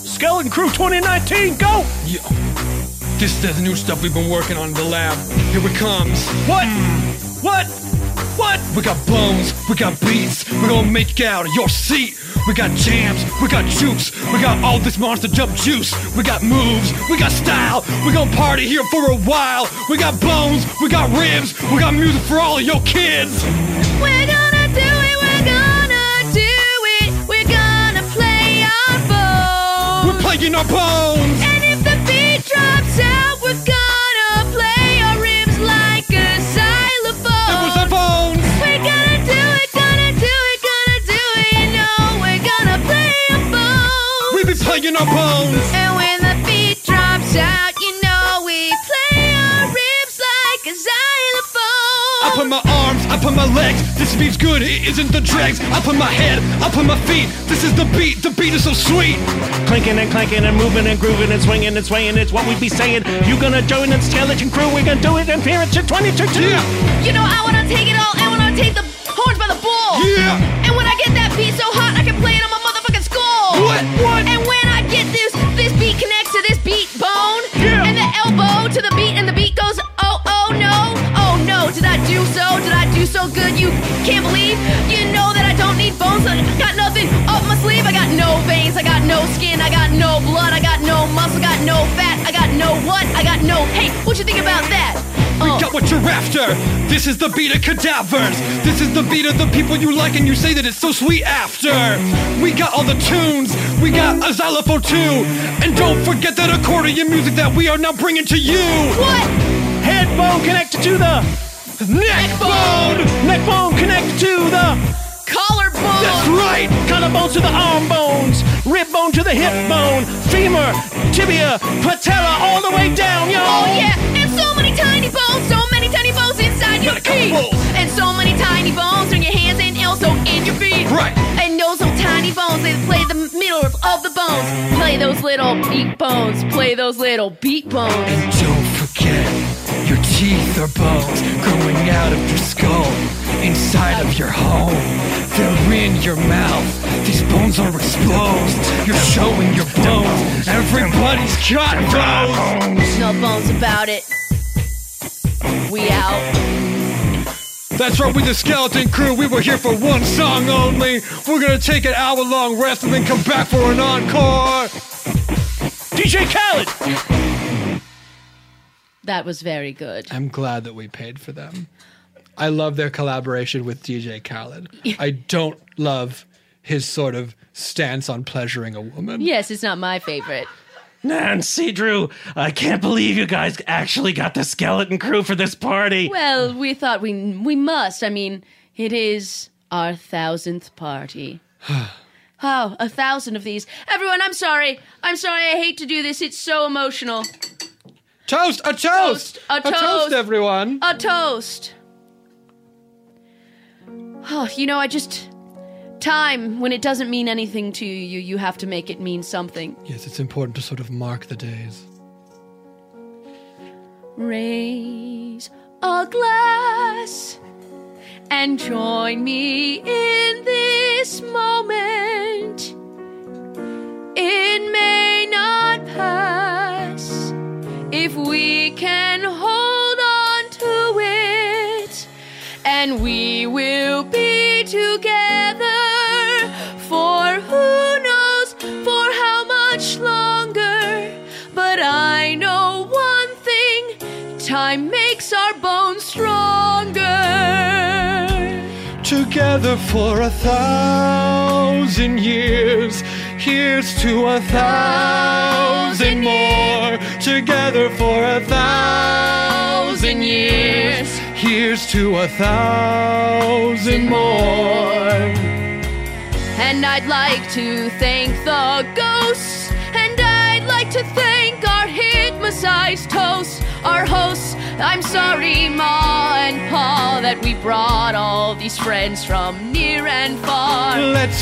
Speaker 7: Skeleton Crew 2019, go!
Speaker 6: Yeah. This is the new stuff we've been working on in the lab. Here it comes. What? What? What? We got bones, we got beats, we're gonna make out of your seat. We got jams, we got jukes, we got all this monster jump juice. We got moves, we got style, we gonna party here for a while. We got bones, we got ribs, we got music for all of your kids.
Speaker 4: We're gonna do it, we're gonna do it, we're gonna play our bones.
Speaker 6: We're playing our bones!
Speaker 4: And if the beat drops out, we're gonna play our ribs like a xylophone. It
Speaker 6: was a phone!
Speaker 4: We're gonna do it, gonna do it, gonna do it, you know, we're gonna play our bones.
Speaker 6: We be playing our bones!
Speaker 4: And when the beat drops out, you know, we play our ribs like a xylophone.
Speaker 6: I put my arms, I put my legs. This beat's good, it isn't the dregs. I put my head, I put my feet. This is the beat, the beat is so sweet.
Speaker 7: Clinking and clanking and moving and grooving and swinging and swaying. It's what we be saying. You gonna join the skeleton crew? We're gonna do it in Fear to 2022.
Speaker 4: You know, I wanna take it all, I wanna take the horns by the bull.
Speaker 6: Yeah.
Speaker 4: And when I get that beat so hot, I can play it on my motherfucking skull.
Speaker 6: What? What?
Speaker 4: And when I get this, this beat connects to this beat bone. Yeah. And the elbow to the beat, and the beat goes, oh, oh no, oh no. Did I do so? Did I do so good? You can't believe? You know that I don't need bones. I got nothing up my sleeve. I got no veins. I got no skin. I got no blood. I got no muscle. Got no fat. I got no what? I got no. Hey, what you think about that?
Speaker 6: We got what you're after. This is the beat of cadavers. This is the beat of the people you like, and you say that it's so sweet after. We got all the tunes. We got a xylophone too. And don't forget that accordion music that we are now bringing to you.
Speaker 4: What?
Speaker 7: Head bone connected to the
Speaker 6: neck bone.
Speaker 7: Neck bone connected to the
Speaker 4: collarbone.
Speaker 7: That's right. Collarbone to the arm bones. Rib bone to the hip bone. Femur, tibia, patella, all the way down, yo.
Speaker 4: Oh yeah, and so many tiny bones, so many tiny bones inside your feet, and so many tiny bones in your hands and also in your feet.
Speaker 6: Right.
Speaker 4: And those little tiny bones, they play the middle of, of the bones. Play those little beak bones. Play those little beak bones.
Speaker 6: Don't forget, your teeth are bones growing out of your skull, inside of your home. They're in your mouth. These bones are exposed. You're showing your bones. Everybody's got bones.
Speaker 5: No bones about it. We out.
Speaker 6: That's right, we the skeleton crew. We were here for one song only. We're gonna take an hour long rest and then come back for an encore.
Speaker 7: DJ Khaled.
Speaker 5: That was very good. <laughs>
Speaker 6: I'm glad that we paid for them. I love their collaboration with DJ
Speaker 8: <laughs>
Speaker 6: Khaled. I don't love his sort of stance on pleasuring a woman.
Speaker 5: Yes, it's not my favorite.
Speaker 7: Nancy Drew, I can't believe you guys actually got the skeleton crew for this party.
Speaker 5: Well, we thought <sighs> we we must. I mean, it is our thousandth party.
Speaker 8: Oh, a thousand of these. Everyone, I'm sorry. I'm sorry. I hate to do this. It's so emotional.
Speaker 1: Toast, a toast,
Speaker 8: A
Speaker 1: a toast,
Speaker 8: toast.
Speaker 1: everyone.
Speaker 8: A toast. Oh, you know, I just. Time, when it doesn't mean anything to you, you have to make it mean something.
Speaker 1: Yes, it's important to sort of mark the days.
Speaker 8: Raise a glass and join me in this moment. It may not pass if we can hold on to it, and we will be together for who knows for how much longer. But I know one thing time makes our bones stronger.
Speaker 1: Together for a thousand years. Here's to a thousand more. Together for a thousand years. Here's to a thousand more.
Speaker 8: And I'd like to thank the ghosts. And I'd like to thank our hypnotized hosts, our hosts. I'm sorry, Ma and Pa, that we brought all these friends from near and far.
Speaker 1: Let's.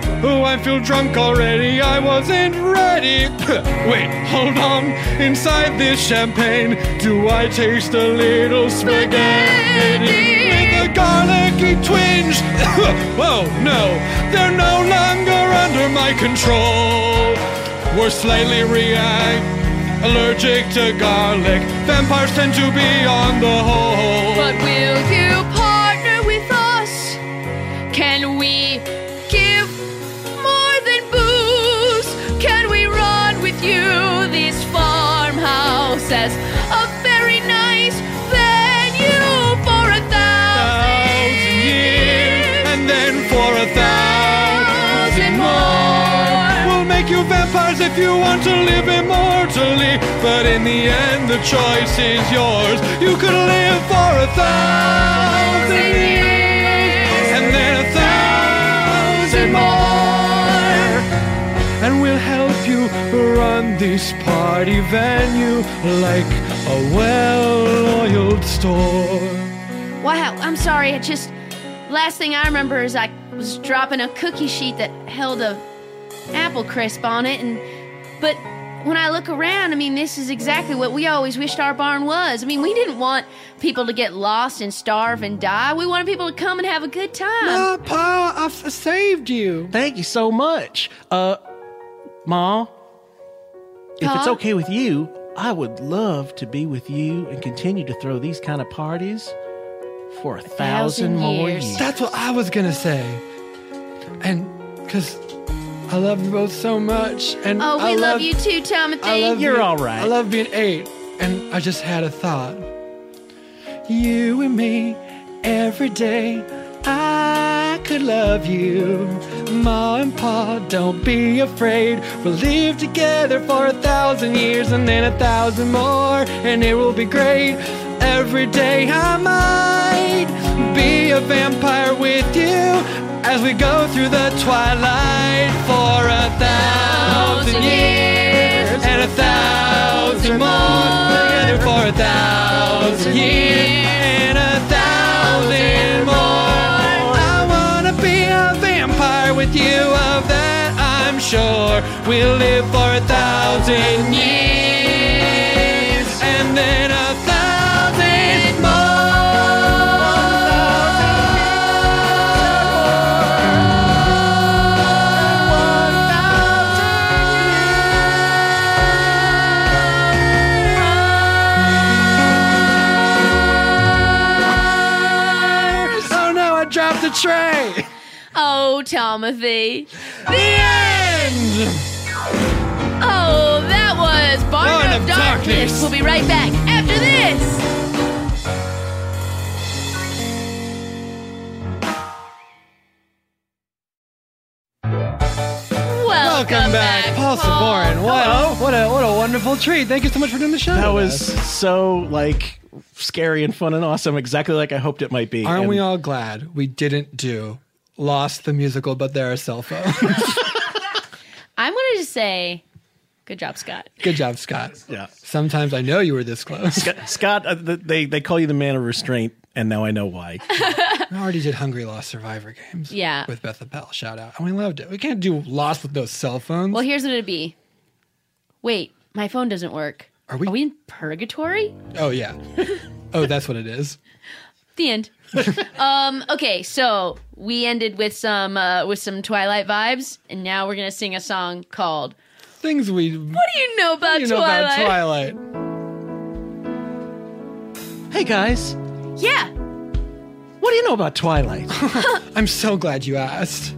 Speaker 1: ooh, I feel drunk already. I wasn't ready. <laughs> Wait, hold on. Inside this champagne, do I taste a little spaghetti with a garlicky twinge? <laughs> oh no, they're no longer under my control. We're slightly react. Allergic to garlic, vampires tend to be on the whole.
Speaker 8: But will you partner with us? Can we give more than booze? Can we run with you this farmhouse as a very nice venue for a thousand years?
Speaker 1: and then for a thousand more. We'll make you vampires if you want to live immortally, but in the end, the choice is yours. You could live for a thousand years, and then a thousand more. And we'll help you run this party venue like a well-oiled store.
Speaker 8: Wow, I'm sorry. I just last thing I remember is I was dropping a cookie sheet that held a apple crisp on it, and but when I look around, I mean, this is exactly what we always wished our barn was. I mean, we didn't want people to get lost and starve and die. We wanted people to come and have a good time.
Speaker 1: Pa, I f- saved you.
Speaker 7: Thank you so much. Uh, Ma, if it's
Speaker 8: Pa?
Speaker 7: okay with you, I would love to be with you and continue to throw these kind of parties for a thousand, more years.
Speaker 1: That's what I was gonna say. And because I love you both so much, and
Speaker 8: oh, we
Speaker 1: I
Speaker 8: love, you too, Timothy.
Speaker 1: I love being- I love being eight, and I just had a thought. You and me, every day. I could love you. Ma and Pa, don't be afraid. We'll live together for a thousand years and then a thousand more, and it will be great. Every day I might be a vampire with you as we go through the twilight for a thousand years and a thousand more together for a thousand years and a thousand more. I wanna be a vampire with you, of that I'm sure. We'll live for a thousand years and then a thousand more. Oh no, I dropped the tray!
Speaker 8: Oh, Tomothy.
Speaker 1: The end!
Speaker 8: Oh, that was Barn of, Darkness. We'll be right back after this.
Speaker 1: Welcome, back, Paul Savorin. What, a- what a what a wonderful treat! Thank you so much for doing the show.
Speaker 7: That
Speaker 1: with
Speaker 7: was
Speaker 1: us.
Speaker 7: so like scary and fun and awesome, exactly like I hoped it might be.
Speaker 1: Aren't
Speaker 7: And
Speaker 1: we all glad we didn't do Lost the musical, but there are cell phones?
Speaker 8: I wanted to say, good job, Scott.
Speaker 1: <laughs>
Speaker 8: <laughs>
Speaker 1: Good job, Scott.
Speaker 7: Yeah.
Speaker 1: Sometimes I know you were this close.
Speaker 7: Scott, Scott uh, th- they they call you the man of restraint, and now I know why.
Speaker 1: We already did Hungry Lost Survivor games.
Speaker 8: Yeah.
Speaker 1: With Beth Bell, shout out. And we loved it. We can't do Lost with no cell phones.
Speaker 8: Well, here's what it'd be. Wait, my phone doesn't work.
Speaker 1: Are we?
Speaker 8: Are we in purgatory?
Speaker 1: oh
Speaker 8: <laughs>
Speaker 1: yeah. oh, that's what it is.
Speaker 8: The end. <laughs> um, okay, so we ended with some uh, with some Twilight vibes, and now we're gonna sing a song called
Speaker 1: Things we
Speaker 8: "What Do You Know About
Speaker 1: you know
Speaker 8: Twilight?"
Speaker 1: about Twilight.
Speaker 7: Hey guys,
Speaker 8: Yeah,
Speaker 7: what do you know about Twilight?
Speaker 1: <laughs> I'm so glad you asked.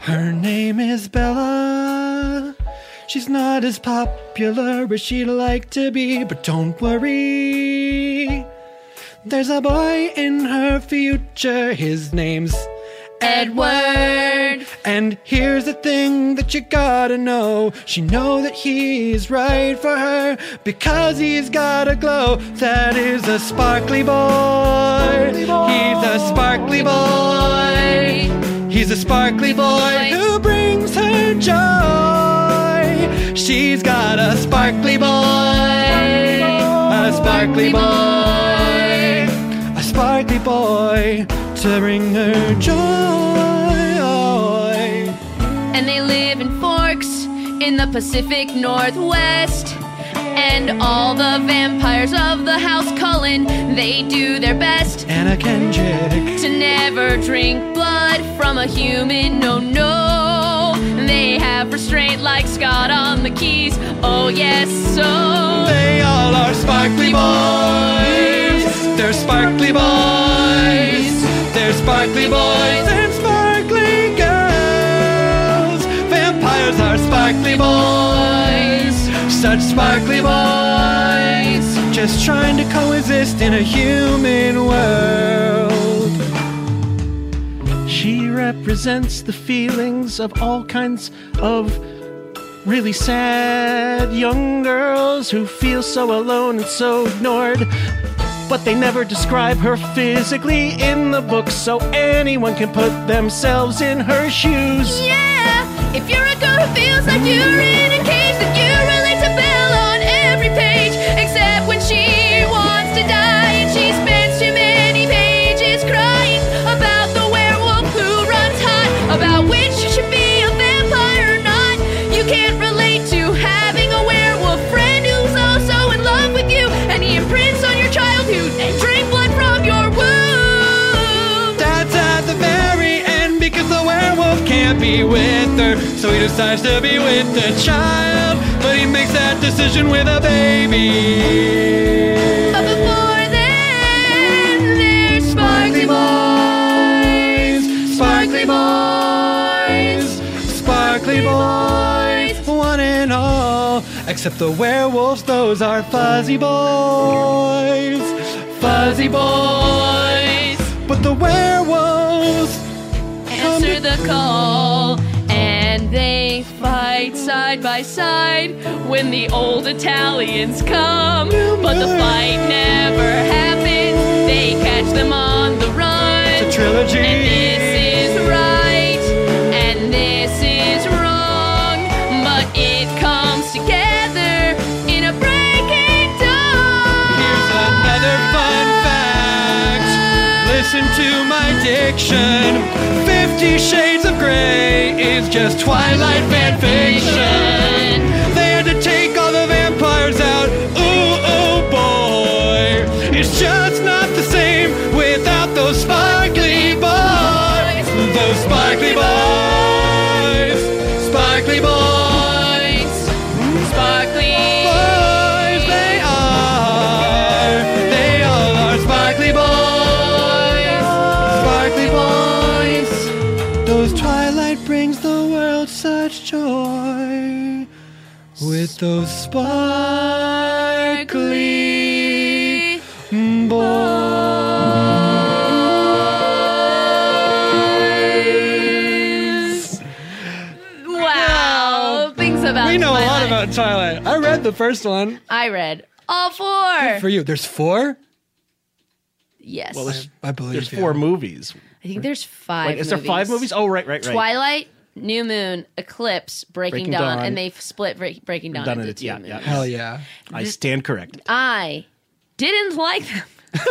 Speaker 1: Her name is Bella. She's not as popular as she'd like to be, but don't worry. There's a boy in her future, his name's Edward. And here's the thing that you gotta know. She know that he's right for her because he's got a glow that is a sparkly boy. He's a sparkly boy. He's a sparkly boy who brings her joy. She's got a sparkly boy. A sparkly boy a sparkly boy to bring her joy.
Speaker 8: and they live in Forks in the Pacific Northwest. And all the vampires of the House Cullen, they do their best
Speaker 1: Anna Kendrick,
Speaker 8: to never drink blood from a human. No, no, they have restraint like Scott on the keys. Oh yes, so
Speaker 1: they all are sparkly boys. They're sparkly boys. They're sparkly boys and sparkly girls. Vampires are sparkly boys. Such sparkly boys. Just trying to coexist in a human world.
Speaker 7: She represents the feelings of all kinds of really sad young girls who feel so alone and so ignored. But they never describe her physically in the book, so anyone can put themselves in her shoes.
Speaker 4: Yeah, if you're a girl who feels like you're in a cage, then you relate to Bella on every page, except when she wants to die and she spends too many pages crying about the werewolf who runs hot, about which you should be a vampire or not. You can't relate to having a werewolf friend who's also in love with you, and he imprints on your childhood and drain blood from your womb.
Speaker 1: That's uh, at the very end because the werewolf can't be with her. So he decides to be with the child, but he makes that decision with a baby.
Speaker 4: But before then, there's
Speaker 1: Sparkly
Speaker 4: sparkly
Speaker 1: boys, sparkly boys, sparkly boys, one and all. Except the werewolves, those are fuzzy boys, fuzzy boys.
Speaker 6: But the werewolves
Speaker 5: answer the call and they fight side by side when the old Italians come. But the fight never happens, they catch them on the run.
Speaker 6: It's a trilogy.
Speaker 5: And this is right and this is wrong, but it comes together in a breaking dawn.
Speaker 6: Here's another fun fact. Listen to my diction. Fifty Shades of Grey is just Twilight fan fiction. They had to take all the vampires out. Ooh, oh boy. It's just not the same without those sparkly boys. Those sparkly boys. Sparkly boys.
Speaker 5: Sparkly
Speaker 6: boys. They are. They all are sparkly boys. Sparkly boys. Those twilight brings the world such joy. With those sparkly boys.
Speaker 5: Wow, things about
Speaker 6: We know a lot
Speaker 5: Twilight.
Speaker 6: about Twilight. I read the first one.
Speaker 5: I read all four.
Speaker 6: For you, there's four.
Speaker 5: Yes.
Speaker 7: Well, there's,
Speaker 6: I, believe
Speaker 7: there's
Speaker 6: you.
Speaker 7: four movies.
Speaker 5: I think there's five.
Speaker 7: Wait, is there five movies? Oh, right, right, right.
Speaker 5: Twilight, New Moon, Eclipse, Breaking,
Speaker 7: Breaking
Speaker 5: Dawn,
Speaker 7: Dawn.
Speaker 5: and they split Bre- Breaking Dawn
Speaker 7: Done
Speaker 5: into
Speaker 7: it.
Speaker 5: two
Speaker 7: Yeah,
Speaker 5: movies.
Speaker 7: yeah.
Speaker 6: yeah.
Speaker 7: I stand corrected.
Speaker 5: I didn't like them. <laughs>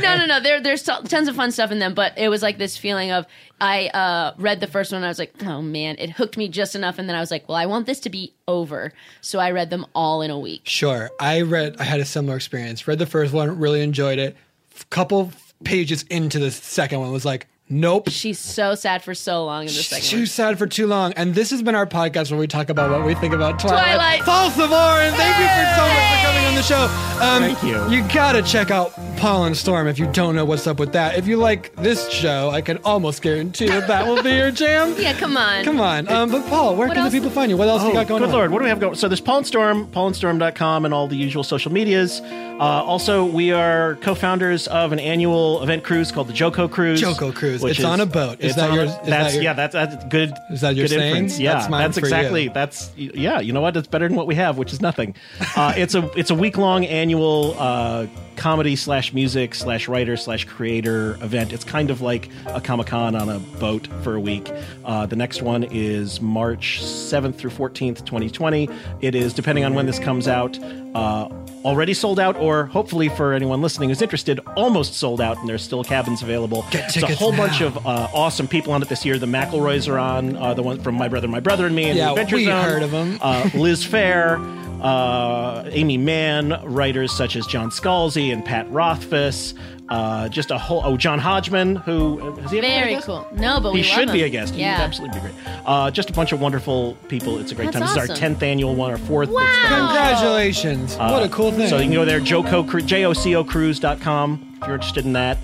Speaker 5: no, no, no. There, there's to- tons of fun stuff in them, but it was like this feeling of I uh, read the first one. and I was like, oh man, it hooked me just enough, and then I was like, well, I want this to be over, so I read them all in a week.
Speaker 6: Sure. I read, I had a similar experience. Read the first one, really enjoyed it. F- couple pages into the second one was like, nope.
Speaker 5: She's so sad for so long in the second
Speaker 6: Too sad for too long. And this has been our podcast where we talk about what we think about Twilight.
Speaker 5: Twilight.
Speaker 6: Paul Savorin, thank you for so much for coming on the show. Um,
Speaker 7: Thank you.
Speaker 6: You gotta check out Paul and Storm if you don't know what's up with that. If you like this show, I can almost guarantee that that will be <laughs> your jam.
Speaker 5: Yeah, come on.
Speaker 6: Come on. Um, but Paul, where
Speaker 5: What
Speaker 6: can
Speaker 5: else?
Speaker 6: the people find you? What else you got going
Speaker 7: Oh, good
Speaker 6: on?
Speaker 7: lord, what do we have going? So there's Pollen Storm, pollenstorm.com, and all the usual social medias. Uh, also, we are co-founders of an annual event cruise called the Joco Cruise.
Speaker 6: Joco Cruise.
Speaker 7: which
Speaker 6: It's on a boat. Is that
Speaker 7: on-
Speaker 6: your- is
Speaker 7: that's
Speaker 6: that your-
Speaker 7: yeah. That's, that's good.
Speaker 6: Is that your
Speaker 7: good
Speaker 6: saying?
Speaker 7: inference. Yeah,
Speaker 6: That's mine for you.
Speaker 7: exactly. That's yeah. You know what? It's better than what we have, which is nothing.
Speaker 6: <laughs>
Speaker 7: Uh, it's a it's a week long annual uh, comedy slash music slash writer slash creator event. It's kind of like a Comic Con on a boat for a week. Uh, the next one is March seventh through fourteenth, twenty twenty. It is depending on when this comes out. Uh, Already sold out, or hopefully for anyone listening who's interested, almost sold out, and there's still cabins available.
Speaker 6: Get
Speaker 7: There's
Speaker 6: tickets
Speaker 7: a whole
Speaker 6: now.
Speaker 7: bunch of uh, awesome people on it this year. The McElroys are on, uh, the one from My Brother, My Brother and Me, and
Speaker 6: Yeah,
Speaker 7: the Adventure
Speaker 6: we
Speaker 7: Zone.
Speaker 6: heard of 'em.
Speaker 7: uh, Liz Fair, uh, Amy Mann, writers such as John Scalzi and Pat Rothfuss. Uh, just a whole oh John Hodgman who has he ever been a
Speaker 5: Very
Speaker 7: guest?
Speaker 5: cool. No, but
Speaker 7: he
Speaker 5: we love
Speaker 7: should be
Speaker 5: him.
Speaker 7: a guest. He would
Speaker 5: Yeah.
Speaker 7: absolutely be great. Uh, just a bunch of wonderful people. It's a great
Speaker 5: That's
Speaker 7: time. This is our
Speaker 5: awesome.
Speaker 7: tenth annual one, our fourth. Uh,
Speaker 5: Wow.
Speaker 6: Congratulations. what a cool thing.
Speaker 7: So you can go there, Joco, Cru- jococruise.com, if you're interested in that.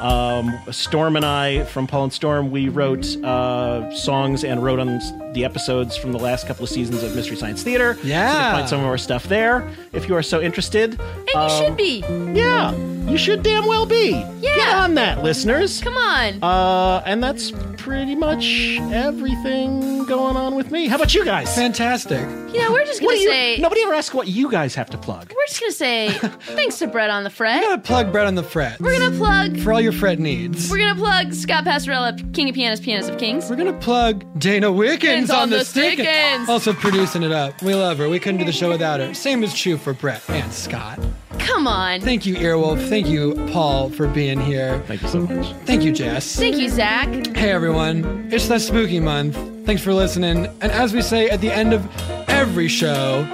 Speaker 7: Um, Storm and I from Paul and Storm, we wrote uh, songs and wrote on s- the episodes from the last couple of seasons of Mystery Science Theater. So you
Speaker 6: Yeah.
Speaker 7: can find some of our stuff there if you are so interested. Um,
Speaker 5: And you should be.
Speaker 7: Yeah, you should damn well be. Yeah. Get on that, listeners.
Speaker 5: Come on.
Speaker 7: Uh, and that's pretty much everything going on with me. How about you guys?
Speaker 6: Fantastic.
Speaker 5: You know, we're just
Speaker 7: What
Speaker 5: gonna
Speaker 7: do you,
Speaker 5: say
Speaker 7: nobody ever asks what you guys have to plug.
Speaker 5: we're just gonna say thanks to Brett on the fret.
Speaker 6: gotta plug bread on the fret.
Speaker 5: We're gonna plug
Speaker 6: for all your fret needs.
Speaker 5: We're gonna plug Scott Passarella, King of Pianists, Pianist of Kings.
Speaker 6: We're gonna plug Dana Wickens
Speaker 5: Wickens
Speaker 6: on,
Speaker 5: on
Speaker 6: the
Speaker 5: the
Speaker 6: stick.
Speaker 5: Stickins.
Speaker 6: Also producing it up. We love her. We couldn't do the show without her. Same is true for Brett and Scott.
Speaker 5: Come on.
Speaker 6: Thank you, Earwolf. Thank you, Paul, for being here.
Speaker 7: Thank you so much.
Speaker 6: Thank you, Jess.
Speaker 5: Thank you, Zach.
Speaker 6: Hey everyone, it's that spooky month. Thanks for listening. And as we say at the end of every show,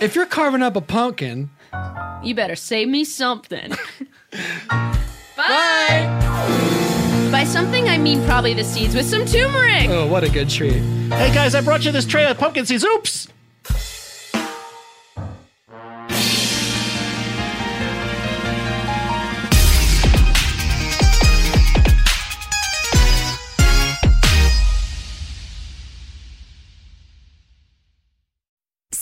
Speaker 6: if you're carving up a pumpkin,
Speaker 5: You better save me something. Bye. By something I mean probably the seeds with some turmeric.
Speaker 6: oh, what a good treat.
Speaker 7: Hey guys, I brought you this tray of pumpkin seeds. Oops.